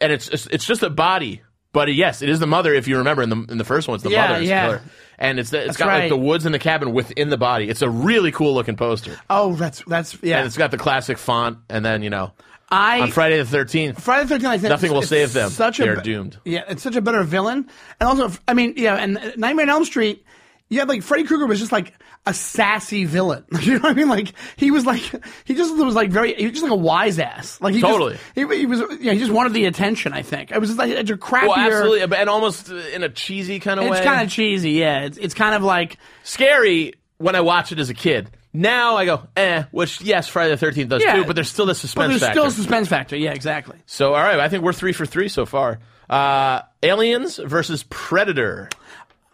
S4: and it's it's, it's just a body. But uh, yes, it is the mother. If you remember in the in the first one, it's the
S3: Yeah,
S4: mother. It's the
S3: yeah.
S4: killer. And it's it's
S3: That's
S4: got
S3: right.
S4: like the woods and the cabin within the body. It's a really cool looking poster,
S3: Oh, that's that's yeah.
S4: and it's got the classic font. And then you know,
S3: I
S4: on Friday the Thirteenth,
S3: Friday the Thirteenth. I think
S4: Nothing will
S3: it's
S4: save them.
S3: Such a
S4: They are
S3: be-
S4: doomed.
S3: Yeah, it's such a better villain, and also, I mean, yeah, and Nightmare on Elm Street. You had like Freddy Krueger was just like a sassy villain. You know what I mean? Like he was like he just was like very he was just like a wise ass. Like he just-
S4: Totally.
S3: he, he was yeah he just wanted the attention. I think it was just like it's a crappier.
S4: well, absolutely, but- and almost uh, in a cheesy kind of way.
S3: It's kind of cheesy. Yeah, it's it's kind of like
S4: scary when I watch it as a kid. Now I go, eh, which yes, Friday the Thirteenth does
S3: Yeah.
S4: too, but there's still the
S3: but
S4: suspense
S3: there's
S4: factor.
S3: still suspense factor. Yeah, exactly.
S4: so all right, I think we're three for three so far. Uh, Aliens versus Predator,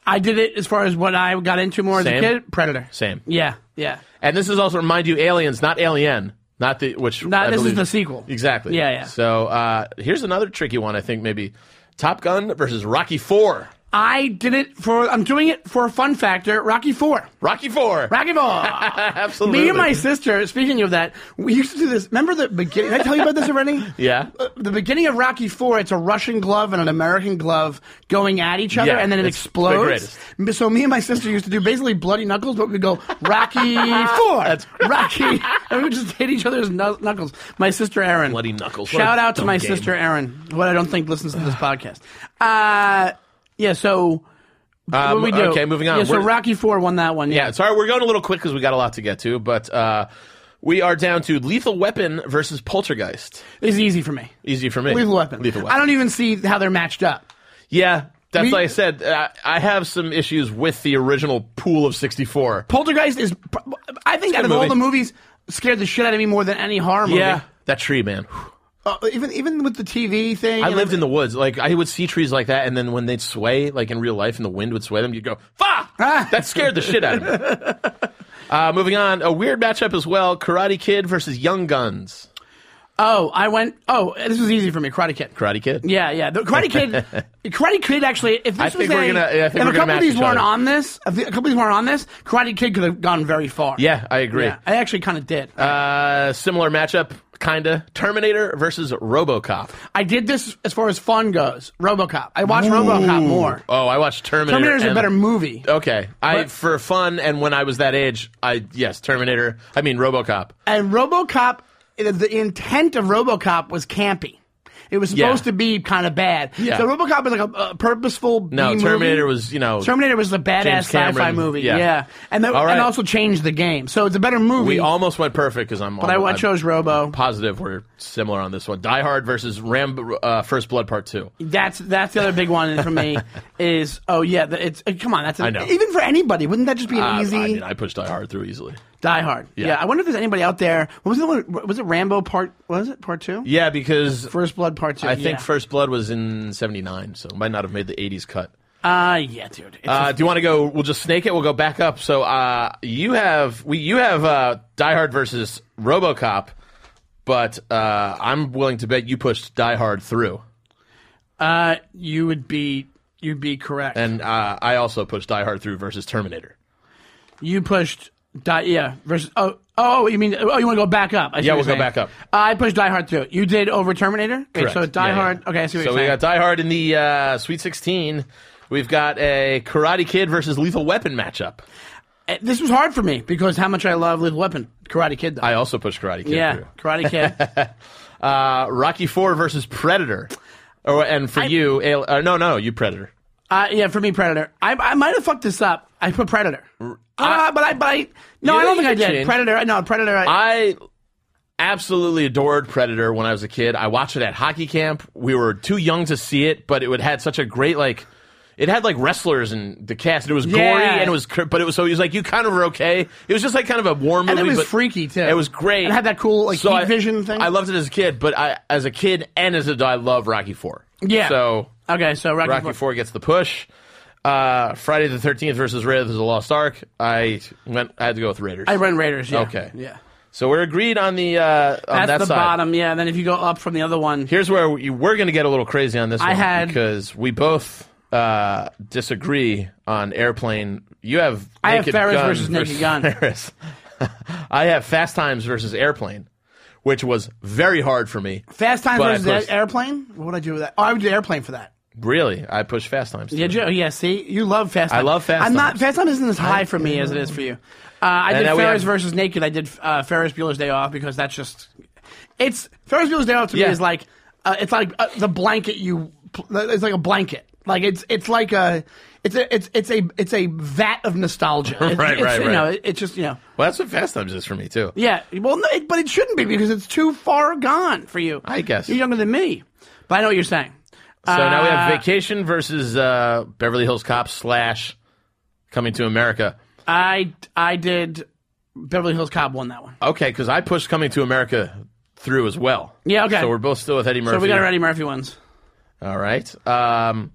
S3: I did it as far as what I got into more
S4: Same.
S3: as a kid. Predator.
S4: same.
S3: Yeah, yeah.
S4: And this is also remind you, Aliens, not Alien, not the which.
S3: No,
S4: I
S3: this is
S4: believe-
S3: the sequel.
S4: Exactly.
S3: Yeah, yeah.
S4: So uh, here's another tricky one. I think maybe Top Gun versus Rocky Four.
S3: I did it for I'm doing it for a fun factor. Rocky Four.
S4: Rocky Four.
S3: Rocky Four.
S4: Absolutely.
S3: Me and my sister. Speaking of that, we used to do this. Remember the beginning? Did I tell you about this already?
S4: Yeah.
S3: Uh, The beginning of Rocky Four. It's a Russian glove and an American glove going at each other,
S4: Yeah,
S3: and then it
S4: it's the
S3: explodes.
S4: greatest.
S3: M- So me and my sister used to do basically bloody knuckles, but we go Rocky Four.
S4: That's-
S3: Rocky, and we just hit each other's knu- knuckles. My sister Erin.
S4: Bloody knuckles. What
S3: Shout
S4: a
S3: out to
S4: dumb
S3: my
S4: game.
S3: sister Erin, who I don't think listens to this podcast. Uh, yeah. So.
S4: Um,
S3: What we do?
S4: Okay, moving on.
S3: Yeah, so
S4: We're-
S3: Rocky Four won that one.
S4: Yeah, sorry, we're going a little quick because we got a lot to get to, but uh, we are down to Lethal Weapon versus Poltergeist.
S3: It's easy for me.
S4: Easy for me.
S3: Lethal weapon.
S4: Lethal Weapon.
S3: I don't even see how they're matched up.
S4: yeah, that's
S3: We-
S4: like I said. Uh, I have some issues with the original pool of '64.
S3: Poltergeist is, pr- I think, out of
S4: good
S3: all
S4: movie.
S3: the movies, scared the shit out of me more than any horror movie.
S4: Yeah, that tree, man.
S3: Uh, even even with the TV thing.
S4: I
S3: and
S4: lived
S3: everything.
S4: in the woods. Like I would see trees like that, and then when they'd sway, like in real life, and the wind would sway them, you'd go, "Fa!"
S3: Ah.
S4: That scared the shit out of me. Uh, moving on, a weird matchup as well: Karate Kid versus Young Guns.
S3: Oh, I went. Oh, this was easy for me. Karate Kid.
S4: Karate Kid.
S3: Yeah, yeah. The Karate Kid. Karate Kid actually. If this
S4: I
S3: was
S4: think
S3: a,
S4: we're gonna- yeah, I
S3: if
S4: think we're
S3: a
S4: gonna
S3: couple of
S4: match
S3: these
S4: each
S3: weren't
S4: other.
S3: on this, if the- a couple of these weren't on this, Karate Kid could have gone very far.
S4: Yeah, I agree.
S3: Yeah, I actually kind of did.
S4: Uh, similar matchup, kinda. Terminator versus RoboCop.
S3: I did this as far as fun goes. RoboCop. I watched RoboCop more.
S4: Oh, I watched Terminator.
S3: Terminator's a
S4: and- Uh,
S3: better movie.
S4: Okay, I
S3: But-
S4: for fun and when I was that age, I yes, Terminator. I mean RoboCop.
S3: And RoboCop, the- the intent of RoboCop was campy. It was supposed
S4: Yeah.
S3: to be kind of bad.
S4: Yeah.
S3: So RoboCop was like a, a purposeful.
S4: No,
S3: B
S4: Terminator
S3: movie.
S4: was you know
S3: Terminator was the badass
S4: James Cameron,
S3: sci-fi movie.
S4: yeah.
S3: Yeah, and that,
S4: All right.
S3: and also changed the game. So it's a better movie.
S4: We almost went perfect because I'm.
S3: but I chose Robo.
S4: Positive, we're similar on this one. Die Hard versus Rambo, uh, First Blood Part Two.
S3: That's that's the other big one for me is oh yeah the- it's uh, come on that's an,
S4: I know.
S3: even for anybody wouldn't that just be an
S4: Uh,
S3: easy
S4: I mean, I pushed Die Hard through easily.
S3: Die Hard yeah. I wonder if there's anybody out there what was the one was it Rambo part was it part two
S4: Yeah, because
S3: First Blood part two
S4: I think
S3: yeah.
S4: First Blood was in '79, so it might not have made the '80s cut.
S3: ah uh, yeah dude It's
S4: Uh,
S3: just-
S4: do you want to go? We'll just snake it. We'll go back up. So uh, you have we you have uh, Die Hard versus RoboCop, but uh, I'm willing to bet you pushed Die Hard through,
S3: uh, you would be you'd be correct
S4: and uh, I also pushed Die Hard through versus Terminator.
S3: you pushed Die yeah versus oh oh you mean oh you want to go back up I see
S4: Yeah,
S3: what you're
S4: we'll go
S3: saying.
S4: back up.
S3: Uh, I pushed Die Hard through you did over Terminator okay,
S4: Correct.
S3: so Die
S4: Yeah, yeah.
S3: Hard okay I see what
S4: so
S3: you're
S4: we
S3: saying
S4: got Die Hard in the uh, Sweet 16. We've got a Karate Kid versus Lethal Weapon matchup.
S3: Uh, this was hard for me because how much I love Lethal Weapon Karate Kid though.
S4: I also pushed Karate Kid
S3: yeah,
S4: through.
S3: Karate Kid.
S4: Uh, Rocky Four versus Predator, or and for you, Al- uh, no, no, you Predator.
S3: uh, yeah, for me, Predator. I, I might have fucked this up. I put Predator. Ah, but I, but I, no,
S4: You
S3: I don't
S4: can
S3: think I did.
S4: change.
S3: Predator. I No, Predator. I,
S4: I absolutely adored Predator when I was a kid. I watched it at hockey camp. We were too young to see it, but it would had such a great like. It had like wrestlers and the cast. It was
S3: Yeah.
S4: gory and it was, cr- but it was so he was like you kind of were okay. It was just like kind of a war movie.
S3: and it was
S4: but
S3: freaky too.
S4: It was great.
S3: It had that cool like
S4: So
S3: heat
S4: I-
S3: vision thing.
S4: I loved it as a kid, but I as a kid and as an adult, I love Rocky Four.
S3: Yeah.
S4: So
S3: okay, so Rocky,
S4: Rocky Four gets the push. Uh, Friday the Thirteenth versus Raiders of the Lost Ark. I went. I had to go with Raiders.
S3: I run Raiders. Yeah.
S4: Okay.
S3: Yeah.
S4: So we're agreed on the uh, on
S3: That's
S4: that
S3: the
S4: side.
S3: bottom. Yeah. And then if you go up from the other one,
S4: Here's where we, we're going to get a little crazy on this.
S3: I
S4: one
S3: had-
S4: because we both uh, disagree on airplane. You have
S3: I have
S4: Naked
S3: Ferris
S4: Gun
S3: versus Naked Gun.
S4: Ferris. I have Fast Times versus Airplane, which was very hard for me.
S3: Fast Times
S4: But I
S3: versus Air-
S4: pushed-
S3: Airplane. What would I do with that? Oh, I would do Airplane for that.
S4: Really, I pushed Fast Times.
S3: Yeah,
S4: through.
S3: Joe, yeah. See, you love fast.
S4: I
S3: Times.
S4: love Fast
S3: I'm not
S4: Times.
S3: fast time isn't as high for me as it is for you. Uh, I
S4: And
S3: did
S4: then we
S3: Ferris
S4: have-
S3: versus Naked. I did uh, Ferris Bueller's Day Off because that's just it's Ferris Bueller's Day Off to
S4: Yeah.
S3: me is like uh, it's like uh, the blanket you it's like a blanket like it's it's like a it's a it's it's a it's a vat of nostalgia. It's,
S4: Right,
S3: it's,
S4: right,
S3: You
S4: right.
S3: know, it- it's just you know.
S4: Well, that's what Fast Times is for me too.
S3: Yeah, well, no, it, but it shouldn't be because it's too far gone for you.
S4: I guess.
S3: you're younger than me, but I know what you're saying.
S4: So now we have
S3: Uh,
S4: Vacation versus uh, Beverly Hills Cop slash Coming to America.
S3: I I did Beverly Hills Cop won that one.
S4: Okay, because I pushed Coming to America through as well.
S3: Yeah, okay.
S4: So we're both still with Eddie Murphy.
S3: So we got our Eddie Murphy ones.
S4: All right. Um,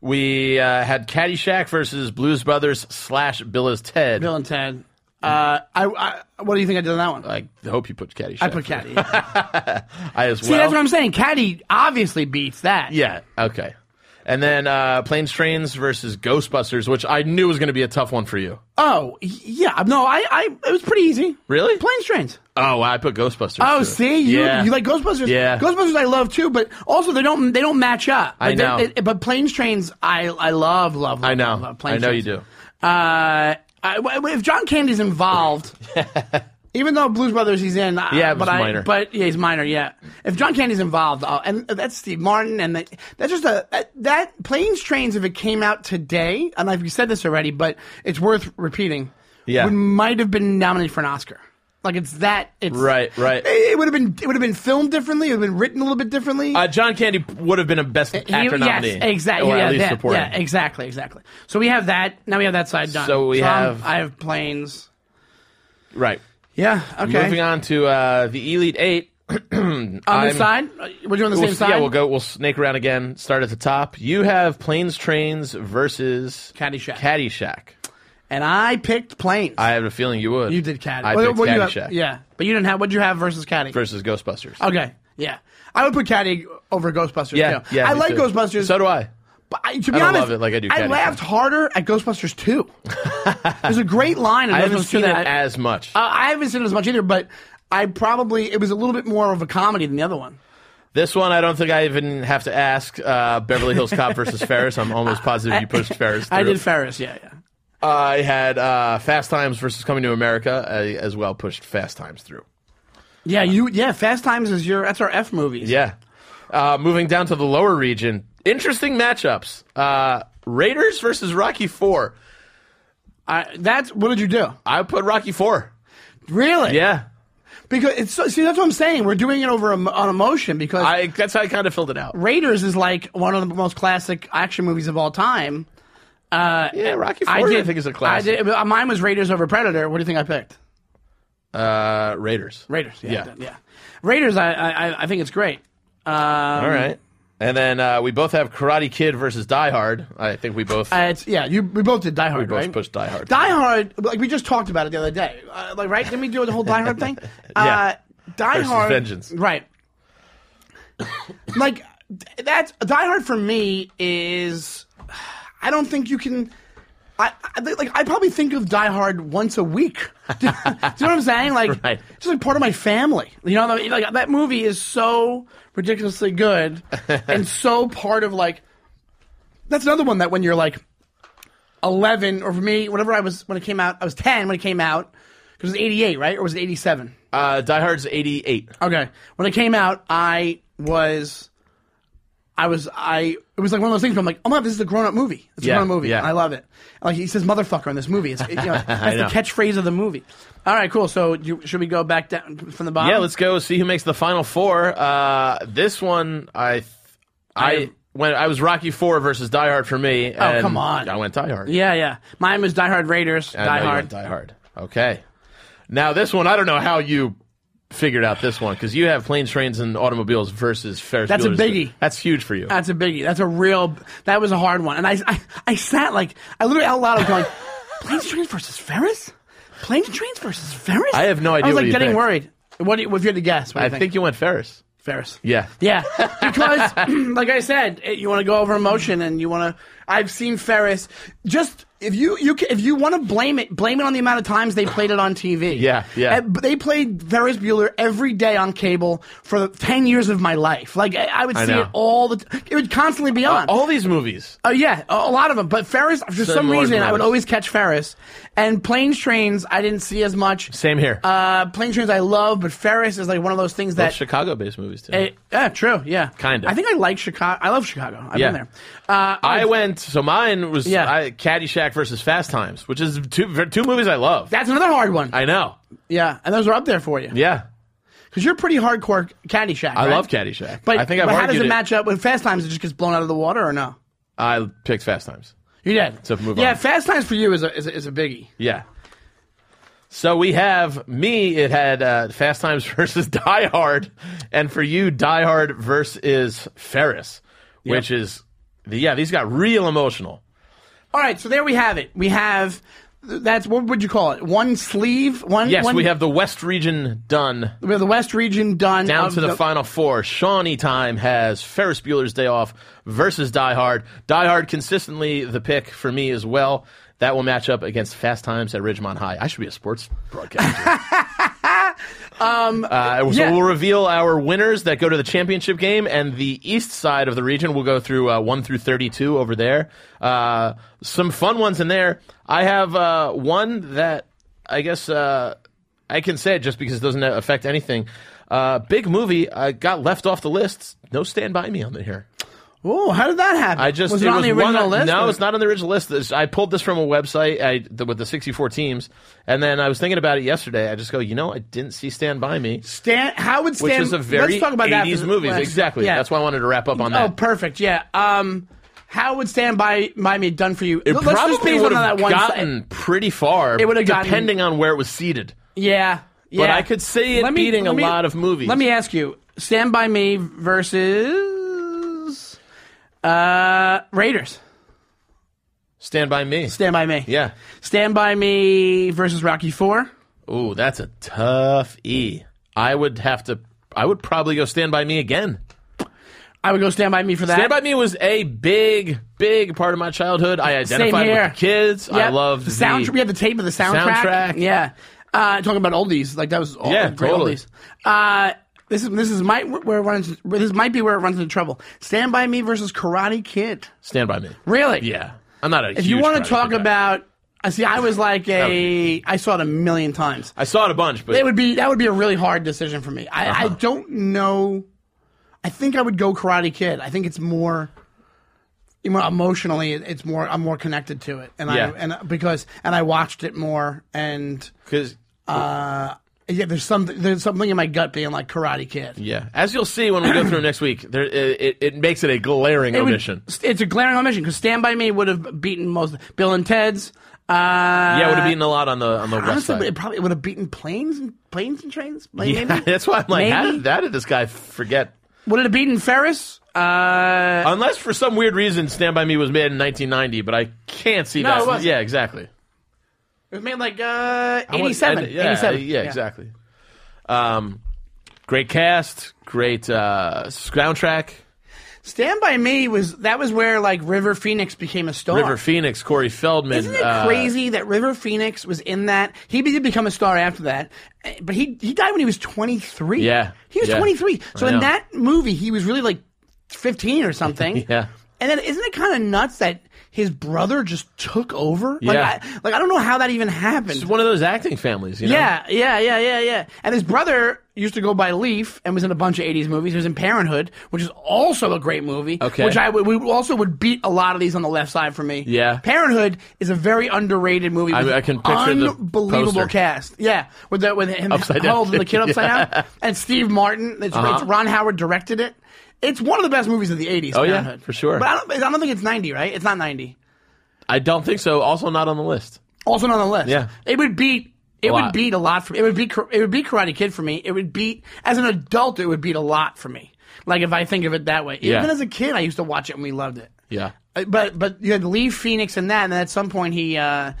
S4: we uh, had Caddyshack versus Blues Brothers slash Bill is Ted.
S3: Bill and Ted. Uh, I, I what do you think I did on that one?
S4: I hope you put Caddyshack.
S3: I put Caddy.
S4: I as well.
S3: See, that's what I'm saying. Caddy obviously beats that.
S4: Yeah. Okay. And then uh, Planes, Trains versus Ghostbusters, which I knew was going to be a tough one for you.
S3: Oh, yeah. No, I, I it was pretty easy.
S4: Really?
S3: Planes, trains.
S4: Oh, I put Ghostbusters.
S3: Oh,
S4: too.
S3: see, you
S4: yeah.
S3: you like Ghostbusters?
S4: Yeah.
S3: Ghostbusters I love too, but also they don't they don't match up.
S4: I
S3: Like, they-
S4: know.
S3: it- but planes, trains, I I love love. love
S4: I know.
S3: love, love planes,
S4: I know you
S3: trains.
S4: do.
S3: Uh, I, w- if John Candy's involved, even though Blues Brothers he's in, uh,
S4: Yeah, it was
S3: but I-
S4: minor.
S3: but yeah, he's minor. Yeah, if John Candy's involved, I'll, and that's Steve Martin, and that that's just a that, that planes, trains. If it came out today, and I've said this already, but it's worth repeating.
S4: Yeah.
S3: would, might have been nominated for an Oscar. Like it's that. It's
S4: Right,
S3: It,
S4: right.
S3: it would have been. It would have been filmed differently. It would have been written a little bit differently.
S4: Uh, John Candy would have been a best actor
S3: He-
S4: nominee.
S3: Yes, exactly.
S4: Or
S3: yeah,
S4: at least
S3: that-
S4: supporting.
S3: yeah, exactly, exactly. So we have that. Now we have that side done.
S4: So we
S3: I'm-
S4: have-
S3: I have planes.
S4: Right.
S3: Yeah. Okay.
S4: Moving on to uh, the Elite Eight. on
S3: on this side, Uh, we're doing the
S4: We'll,
S3: same
S4: s-
S3: side.
S4: yeah, we'll go. We'll snake around again. Start at the top. You have Planes, Trains versus
S3: Caddyshack.
S4: Caddyshack.
S3: and I picked planes.
S4: I have a feeling you would.
S3: you did Caddy.
S4: I
S3: Well,
S4: picked
S3: what do you have-
S4: Caddyshack
S3: Yeah, but you didn't have. What'd you have versus Caddy?
S4: versus Ghostbusters.
S3: Okay, yeah, I would put Caddy over Ghostbusters.
S4: yeah,
S3: too.
S4: yeah.
S3: I
S4: me
S3: like
S4: too.
S3: Ghostbusters.
S4: So do I.
S3: But I, to be
S4: I don't
S3: honest,
S4: love it like I do Caddy.
S3: laughed harder at Ghostbusters 2. There's a great line in
S4: I haven't
S3: Ghostbusters 2
S4: seen it
S3: that I,
S4: as much.
S3: uh, I haven't seen it as much either, but I probably it was a little bit more of a comedy than the other one.
S4: This one, I don't think I even have to ask. Uh, Beverly Hills Cop versus Ferris. I'm almost positive you pushed Ferris. Through.
S3: I did Ferris, yeah, yeah.
S4: I had uh, Fast Times versus Coming to America. I as well pushed Fast Times through.
S3: Yeah, you yeah, Fast Times is your that's our F movies.
S4: Yeah. Uh, moving down to the lower region, interesting matchups. Uh, Raiders versus Rocky Four.
S3: I, that's what did you do?
S4: I put Rocky Four.
S3: Really?
S4: Yeah,
S3: Because it's so, see that's what I'm saying. We're doing it over em- on emotion because
S4: I that's how I kind of filled it out.
S3: Raiders is like one of the most classic action movies of all time.
S4: Uh, Yeah, Rocky Four.
S3: I
S4: I,
S3: did
S4: think is a classic.
S3: I did, mine was Raiders over Predator. What do you think I picked?
S4: Uh, Raiders.
S3: Raiders. Yeah.
S4: Yeah.
S3: Yeah. Raiders, I, I, I think it's great. Um,
S4: All right. And then uh, we both have Karate Kid versus Die Hard. I think we both
S3: uh, it's, yeah, you, we both did Die Hard,
S4: we both
S3: right?
S4: pushed Die Hard.
S3: Die Hard, like we just talked about it the other day. Uh, like, right? Didn't we do the whole Die Hard thing? Uh, Die
S4: Versus
S3: Hard.
S4: Vengeance.
S3: Right. like, that's Die Hard for me is. I don't think you can. I, I like. I probably think of Die Hard once a week. Do, you know what I'm saying? Like,
S4: Right.
S3: it's just like part of my family. You know, like that movie is so ridiculously good and so part of like. That's another one that when you're like, 11 or for me whenever i was when it came out i was 10 when it came out because it was 88 right or was it 87
S4: Uh, Die Hard's eighty eight.
S3: okay when it came out i was i was i it was like one of those things where i'm like oh my this is a grown-up movie it's
S4: Yeah,
S3: a grown-up movie
S4: yeah.
S3: and i love it like he says motherfucker in this movie it's, it- you know, that's the
S4: know.
S3: catchphrase of the movie all right cool so you, should we go back down from the bottom
S4: Yeah, let's go see who makes the final four. Uh, this one, I, th- I,
S3: I-
S4: when I was Rocky Four versus Die Hard for me. Oh and
S3: come on.
S4: I went Die Hard.
S3: yeah yeah mine was die hard raiders
S4: I know
S3: die
S4: you
S3: hard
S4: went Die Hard. Okay. Now this one, I don't know how you figured out this one because you have planes, trains, and automobiles versus Ferris.
S3: That's a
S4: Bueller's-
S3: biggie.
S4: That's huge for you.
S3: That's a biggie. That's a real. That was a hard one. And I, I, I sat like I literally out loud. I was going, planes, trains versus Ferris. Planes, trains versus Ferris.
S4: I have no idea
S3: I was
S4: what
S3: like
S4: you
S3: getting
S4: picked.
S3: worried. What do you, if you had to guess? What do
S4: I
S3: you
S4: think you went Ferris.
S3: Ferris.
S4: Yeah.
S3: Yeah, because like I said, it- you want to go over emotion and you want to. I've seen Ferris. Just if you you ca- if you want to blame it, blame it on the amount of times they played it on TV.
S4: Yeah, yeah.
S3: And- but they played Ferris Bueller every day on cable for ten years of my life. Like I, I would
S4: I
S3: see
S4: know. Oh,
S3: it all the. T- it would constantly be on.
S4: All these movies.
S3: Oh yeah, a, a lot of them. But Ferris, for some
S4: Lord
S3: reason, I would
S4: knows.
S3: always catch Ferris. And planes, trains, I didn't see as much.
S4: Same here.
S3: Uh, planes, trains, I love, but Ferris is like one of those things that.
S4: Chicago-based movies too.
S3: Eh, yeah, true. Yeah,
S4: Kinda.
S3: I think I like Chicago. I love Chicago. I've
S4: Yeah.
S3: been there. Uh,
S4: I went. So mine was
S3: Yeah.
S4: I, Caddyshack versus Fast Times, which is two two movies I love.
S3: That's another hard one.
S4: I know.
S3: yeah, and those are up there for you
S4: Yeah.
S3: because you're pretty hardcore Caddyshack.
S4: I
S3: right?
S4: love Caddyshack.
S3: But,
S4: I think I've
S3: but how does
S4: argued
S3: it, match up with Fast Times? It just gets blown out of the water, or no?
S4: I picked Fast Times.
S3: You did.
S4: So move
S3: yeah,
S4: on.
S3: Fast Times for you is a, is a, is a biggie.
S4: Yeah. So we have me. It had uh, Fast Times versus Die Hard, and for you, Die Hard versus Ferris, which is the, yeah. These got real emotional.
S3: All right, so there we have it. We have that's what would you call it? One sleeve, one.
S4: Yes,
S3: one-
S4: we have the West region done.
S3: we have the West region done.
S4: Down
S3: of
S4: to the, final four. Shawnee time has Ferris Bueller's Day Off versus Die Hard. Die Hard consistently the pick for me as well. That will match up against Fast Times at Ridgemont High. I should be a sports broadcaster. um, so
S3: yeah.
S4: we'll reveal our winners that go to the championship game, and the east side of the region will go through uh, 1 through 32 over there. Uh, some fun ones in there. I have uh, one that I guess. Uh, I can say it just because it doesn't affect anything. Uh, big movie uh, got left off the list. No Stand By Me on the here.
S3: Oh, how did that happen?
S4: I just
S3: was it, on the
S4: one-
S3: original list?
S4: No,
S3: or-
S4: it's not on the original list. This- I pulled this from a website I, the, with the 64 teams, and then I was thinking about it yesterday. I just go, you know, I didn't see Stand By Me,
S3: Stan, how would Stan?
S4: which is a very
S3: let's talk about
S4: 80s
S3: that for-
S4: movies.
S3: let's-
S4: Exactly.
S3: yeah.
S4: That's why I wanted to wrap up on
S3: Oh,
S4: that.
S3: perfect. Yeah. Um, how would Stand by, by Me done for you?
S4: it
S3: Let's just
S4: probably
S3: base
S4: would
S3: on
S4: have
S3: that one side.
S4: gotten pretty far.
S3: It would have gotten-
S4: depending on where it was seated.
S3: Yeah. Yeah.
S4: I could see it beating a lot of movies.
S3: Let me ask you: Stand by Me versus uh, Raiders.
S4: Stand by me.
S3: Stand by me.
S4: Yeah.
S3: Stand by me versus Rocky Four.
S4: Ooh, that's a tough E. I would have to. I would probably go Stand by Me again.
S3: I would go Stand by Me for that.
S4: Stand by Me was a big, big part of my childhood. I identified
S3: here.
S4: with the kids. I
S3: Yep.
S4: loved
S3: the soundtrack. We had the tape of the soundtrack.
S4: Soundtrack.
S3: Yeah, uh, talking about oldies, like that was all
S4: Yeah,
S3: great
S4: totally.
S3: oldies. Uh, this is this is might where it runs. This might be where it runs into trouble. Stand by Me versus Karate Kid.
S4: Stand by Me.
S3: Really?
S4: Yeah. I'm not a.
S3: If you want to talk
S4: about,
S3: about, I see. I was like a. I saw it a million times.
S4: I saw it a bunch, but
S3: It would be that would be a really hard decision for me. I,
S4: Uh-huh.
S3: I don't know. I think I would go Karate Kid. I think it's more, more emotionally. it- It's more. I'm more connected to it, and
S4: Yeah.
S3: I and because and I watched it more, and
S4: because
S3: yeah, there's something there's something in my gut being like Karate Kid.
S4: yeah, as you'll see when we go through next week, there it, it, it makes it a glaring
S3: It would-
S4: omission.
S3: it's a glaring omission because Stand by Me would have beaten most Bill and Ted's. Uh,
S4: yeah, it would have beaten a lot on the on the west
S3: Honestly,
S4: side.
S3: it probably would have beaten planes and planes and trains. Like,
S4: yeah,
S3: maybe?
S4: that's why I'm like, how
S3: Maybe?
S4: did, how did this guy forget?
S3: Would it have beaten Ferris? Uh,
S4: Unless for some weird reason, Stand by Me was made in 1990, but I can't see
S3: No,
S4: that.
S3: it wasn't.
S4: Yeah, exactly.
S3: it was made like uh,
S4: I want-
S3: 87.
S4: I- yeah,
S3: 87.
S4: yeah, exactly. Um, great cast, great uh, soundtrack.
S3: Stand by Me was that was where like River Phoenix became a star.
S4: River Phoenix, Corey Feldman.
S3: Isn't it
S4: uh,
S3: crazy that River Phoenix was in that? He be- did become a star after that, eh, but he he died when he was 23.
S4: Yeah,
S3: he was
S4: yeah.
S3: 23. So
S4: I
S3: in
S4: know.
S3: that movie, he was really like 15 or something.
S4: Yeah.
S3: And then isn't it kind of nuts that his brother just took over? Like,
S4: Yeah.
S3: I, like I don't know how that even happened.
S4: It's one of those acting families, you know?
S3: Yeah, yeah, yeah, yeah, yeah. And his brother used to go by Leaf and was in a bunch of 80s movies. He was in Parenthood, which is also a great movie.
S4: Okay.
S3: Which I would, we also would beat a lot of these on the left side for me.
S4: Yeah.
S3: Parenthood is a very underrated movie.
S4: I-
S3: with
S4: I can picture the
S3: Unbelievable
S4: poster.
S3: cast. Yeah. With, the, with him
S4: Upside down. Uh-huh.
S3: holding the kid upside down. And Steve Martin. It's, it's Ron Howard directed it. It's one of the best movies of the 80s.
S4: Oh, yeah,
S3: Parenthood.
S4: for sure.
S3: But I don't, I don't think it's 90, right? It's not 90.
S4: I don't think so. Also, not on the list.
S3: Also not on the list.
S4: Yeah.
S3: It would beat. It would
S4: lot.
S3: beat a lot for me. It would be. It would be Karate Kid for me. It would beat as an adult. It would beat a lot for me. Like if I think of it that way.
S4: Yeah.
S3: Even as a kid, I used to watch it and we loved it.
S4: Yeah.
S3: Uh, But but you had Lee Phoenix and that, and then at some point he uh,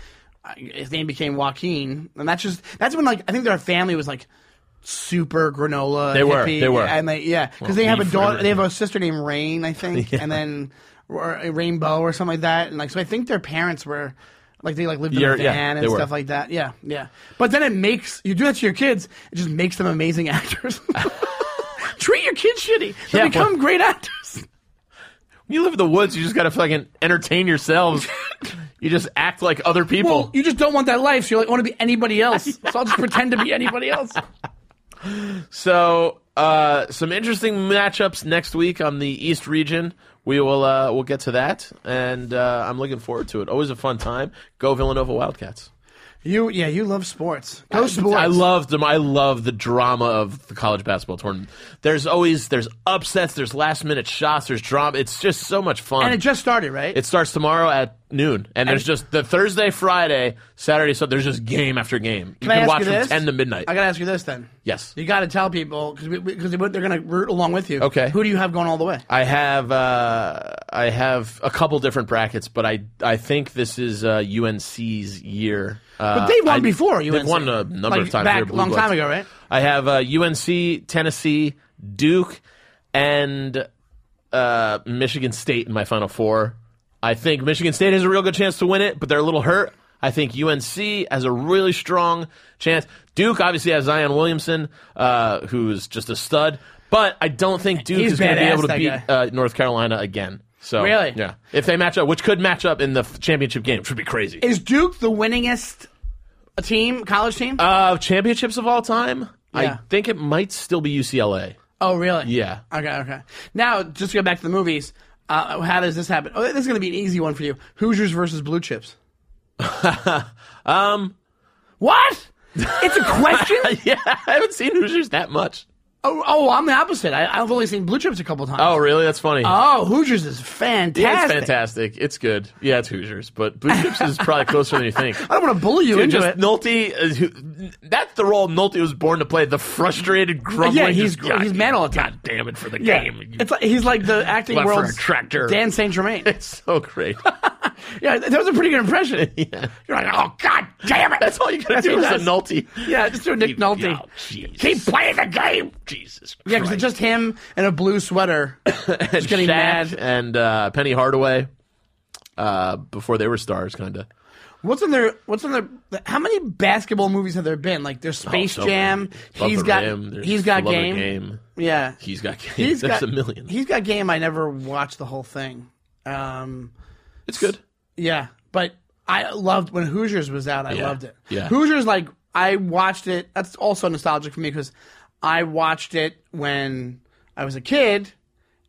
S3: his name became Joaquin, and that's just that's when like I think their family was like super granola.
S4: They were,
S3: hippie,
S4: they were.
S3: and they yeah because they
S4: Well,
S3: have a
S4: beef
S3: daughter,
S4: and-
S3: they have a sister named Rain, I think, and then or a Rainbow or something like that, and like so I think their parents were. Like they like lived in a
S4: You're-
S3: van
S4: yeah,
S3: and
S4: they were.
S3: stuff like that. Yeah, yeah. But then it makes you do that to your kids. It just makes them amazing actors. Treat your kids shitty. They
S4: Yeah, well-
S3: become great actors.
S4: You live in the woods, you just got to fucking entertain yourselves. you just act like other people.
S3: Well, you just don't want that life, so you're like, I want to be anybody else. So I'll just pretend to be anybody else.
S4: So, uh, some interesting matchups next week on the East region. We will uh, we'll get to that, and uh, I'm looking forward to it. Always a fun time. Go Villanova Wildcats!
S3: You, yeah, you love sports. Go sports.
S4: I love them. I love the drama of the college basketball tournament. There's always there's upsets, there's last minute shots, there's drama. It's just so much fun.
S3: And it just started, right?
S4: It starts tomorrow at noon, and there's just the Thursday, Friday, Saturday, so there's just game after game. You
S3: I
S4: can
S3: ask
S4: watch
S3: you
S4: from
S3: this?
S4: ten to midnight.
S3: I gotta ask you this then.
S4: Yes.
S3: You gotta tell people because they're gonna root along with you.
S4: Okay.
S3: Who do you have going all the way?
S4: I have uh, I have a couple different brackets, but I I think this is uh, UNC's year. Uh,
S3: But they won
S4: I-
S3: before
S4: They've
S3: UNC.
S4: won a number
S3: Like,
S4: of times.
S3: back
S4: They're blue
S3: long time
S4: bloods.
S3: ago, right?
S4: I have uh, UNC, Tennessee, Duke, and uh, Michigan State in my final four. I think Michigan State has a real good chance to win it, but they're a little hurt. I think UNC has a really strong chance. Duke obviously has Zion Williamson, uh, who's just a stud, but I don't think Duke
S3: He's
S4: is going to be
S3: badass,
S4: able to
S3: that
S4: beat
S3: guy.
S4: uh, North Carolina again. So
S3: Really?
S4: yeah, if they match up, which could match up in the f- championship game, which would be crazy.
S3: Is Duke the winningest team, college team?
S4: Uh, championships of all time,
S3: Yeah.
S4: I think it might still be UCLA.
S3: oh, really?
S4: Yeah.
S3: Okay, okay. Now, just to go back to the movies. Uh, how does this happen? Oh, this is gonna be an easy one for you. Hoosiers versus Blue Chips.
S4: Um,
S3: What? It's a question.
S4: yeah, I haven't seen Hoosiers that much.
S3: Oh, oh, I'm the opposite. I, I've only seen Blue Chips a couple times.
S4: Oh, really? That's funny.
S3: Oh, Hoosiers is fantastic.
S4: Yeah, it's fantastic. It's good. Yeah, it's Hoosiers, but Blue Chips is probably closer than you think.
S3: I don't want to bully you
S4: Dude,
S3: into
S4: just
S3: it.
S4: Nolte, is who- that's the role Nolte was born to play. The frustrated, grumbling.
S3: Yeah, he's-
S4: just, God-
S3: he's mad all the time."
S4: God damn it for the
S3: yeah,
S4: game. You-
S3: it's like, he's like the acting
S4: Left for
S3: world's
S4: a tractor.
S3: Dan Saint Germain.
S4: It's so Oh, great.
S3: Yeah, that was a pretty good impression. You're like, oh god damn it!
S4: That's all you gotta
S3: That's
S4: do
S3: what
S4: is a
S3: it is.
S4: nulty.
S3: Yeah, just do a Nick
S4: Yeah,
S3: Nolte.
S4: Jesus.
S3: Keep playing the game.
S4: Jesus.
S3: Yeah, because it's just him in a blue sweater, just getting
S4: Shaq
S3: mad.
S4: and uh, Penny Hardaway uh, before they were stars, kind of.
S3: What's in their? What's in their? How many basketball movies have there been? Like
S4: Oh,
S3: there's Space Jam. He's got. he's got game. Yeah.
S4: He's got game.
S3: He's
S4: There's
S3: got
S4: a million.
S3: He's got game. I never watched the whole thing. Um,
S4: it's good.
S3: yeah, but I loved when Hoosiers was out. I
S4: Yeah.
S3: loved it.
S4: Yeah.
S3: Hoosiers like I watched it. That's also nostalgic for me because I watched it when I was a kid,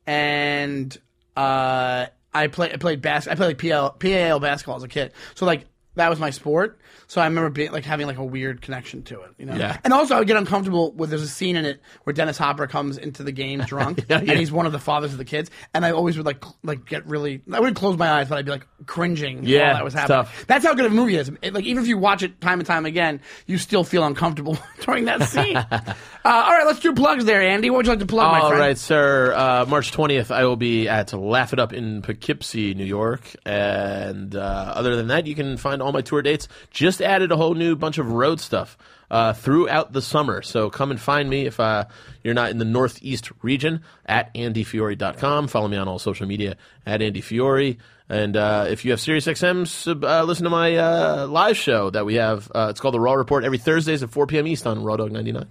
S3: and uh, I played I played bas- I played like PL, PAL basketball as a kid. So like that was my sport. So I remember being like having like a weird connection to it. You know.
S4: Yeah.
S3: And also I would get uncomfortable when there's a scene in it where Dennis Hopper comes into the game drunk and he's one of the fathers of the kids. And I always would like cl- like get really I wouldn't close my eyes, but I'd be like cringing
S4: Yeah,
S3: while that was
S4: it's
S3: happening.
S4: tough.
S3: That's how good of a movie it is. It- like even if you watch it time and time again, you still feel uncomfortable during that scene. uh, all right, let's do plugs there, Andy. What would you like to plug, my
S4: All
S3: friend?
S4: right, sir. Uh, March 20th, I will be at Laugh It Up in Poughkeepsie, New York. And uh, other than that, you can find all my tour dates. Just added a whole new bunch of road stuff uh, throughout the summer. So come and find me if uh, you're not in the Northeast region at andyfiore.com. Follow me on all social media at Andy Fiore. And uh, if you have SiriusXM, sub, uh, listen to my uh, live show that we have. Uh, it's called The Raw Report every Thursdays at 4 p.m. East on Raw Dog 99.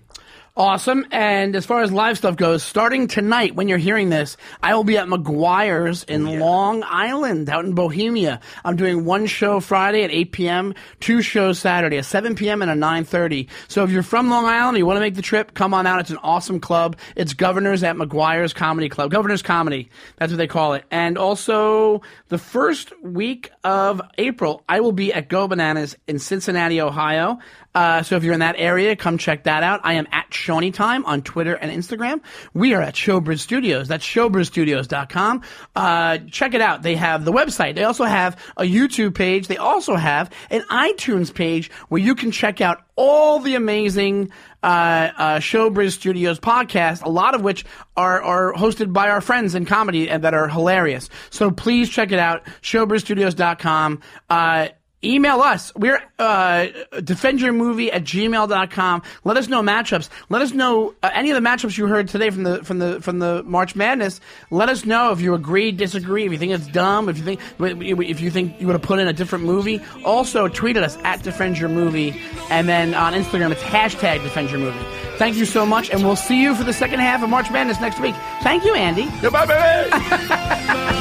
S3: Awesome. And as far as live stuff goes, starting tonight, when you're hearing this, I will be at McGuire's in Long Island, out in Bohemia. I'm doing one show Friday at 8 p.m., two shows Saturday at 7 p.m. and a 9.30. So if you're from Long Island, you want to make the trip, come on out. It's an awesome club. It's Governors at McGuire's Comedy Club. Governors Comedy. That's what they call it. And also, the first week of April, I will be at Go Bananas in Cincinnati, Ohio. Uh, so if you're in that area, come check that out. I am at Shoney Time on Twitter and Instagram. We are at Showbiz Studios. That's showbizstudios.com. Uh, check it out. They have the website. They also have a YouTube page. They also have an iTunes page where you can check out all the amazing uh, uh, Showbiz Studios podcasts, a lot of which are, are hosted by our friends in comedy and that are hilarious. So please check it out. Showbizstudios.com. Uh, Email us. We're uh, defendyourmovie at gmail.com. Let us know matchups. Let us know uh, any of the matchups you heard today from the from the from the March Madness. Let us know if you agree, disagree, if you think it's dumb, if you think if you think you would have put in a different movie. Also, tweet at us at defend your movie, and then on Instagram it's hashtag defend your movie. Thank you so much, and we'll see you for the second half of March Madness next week. Thank you, Andy.
S4: Goodbye, baby!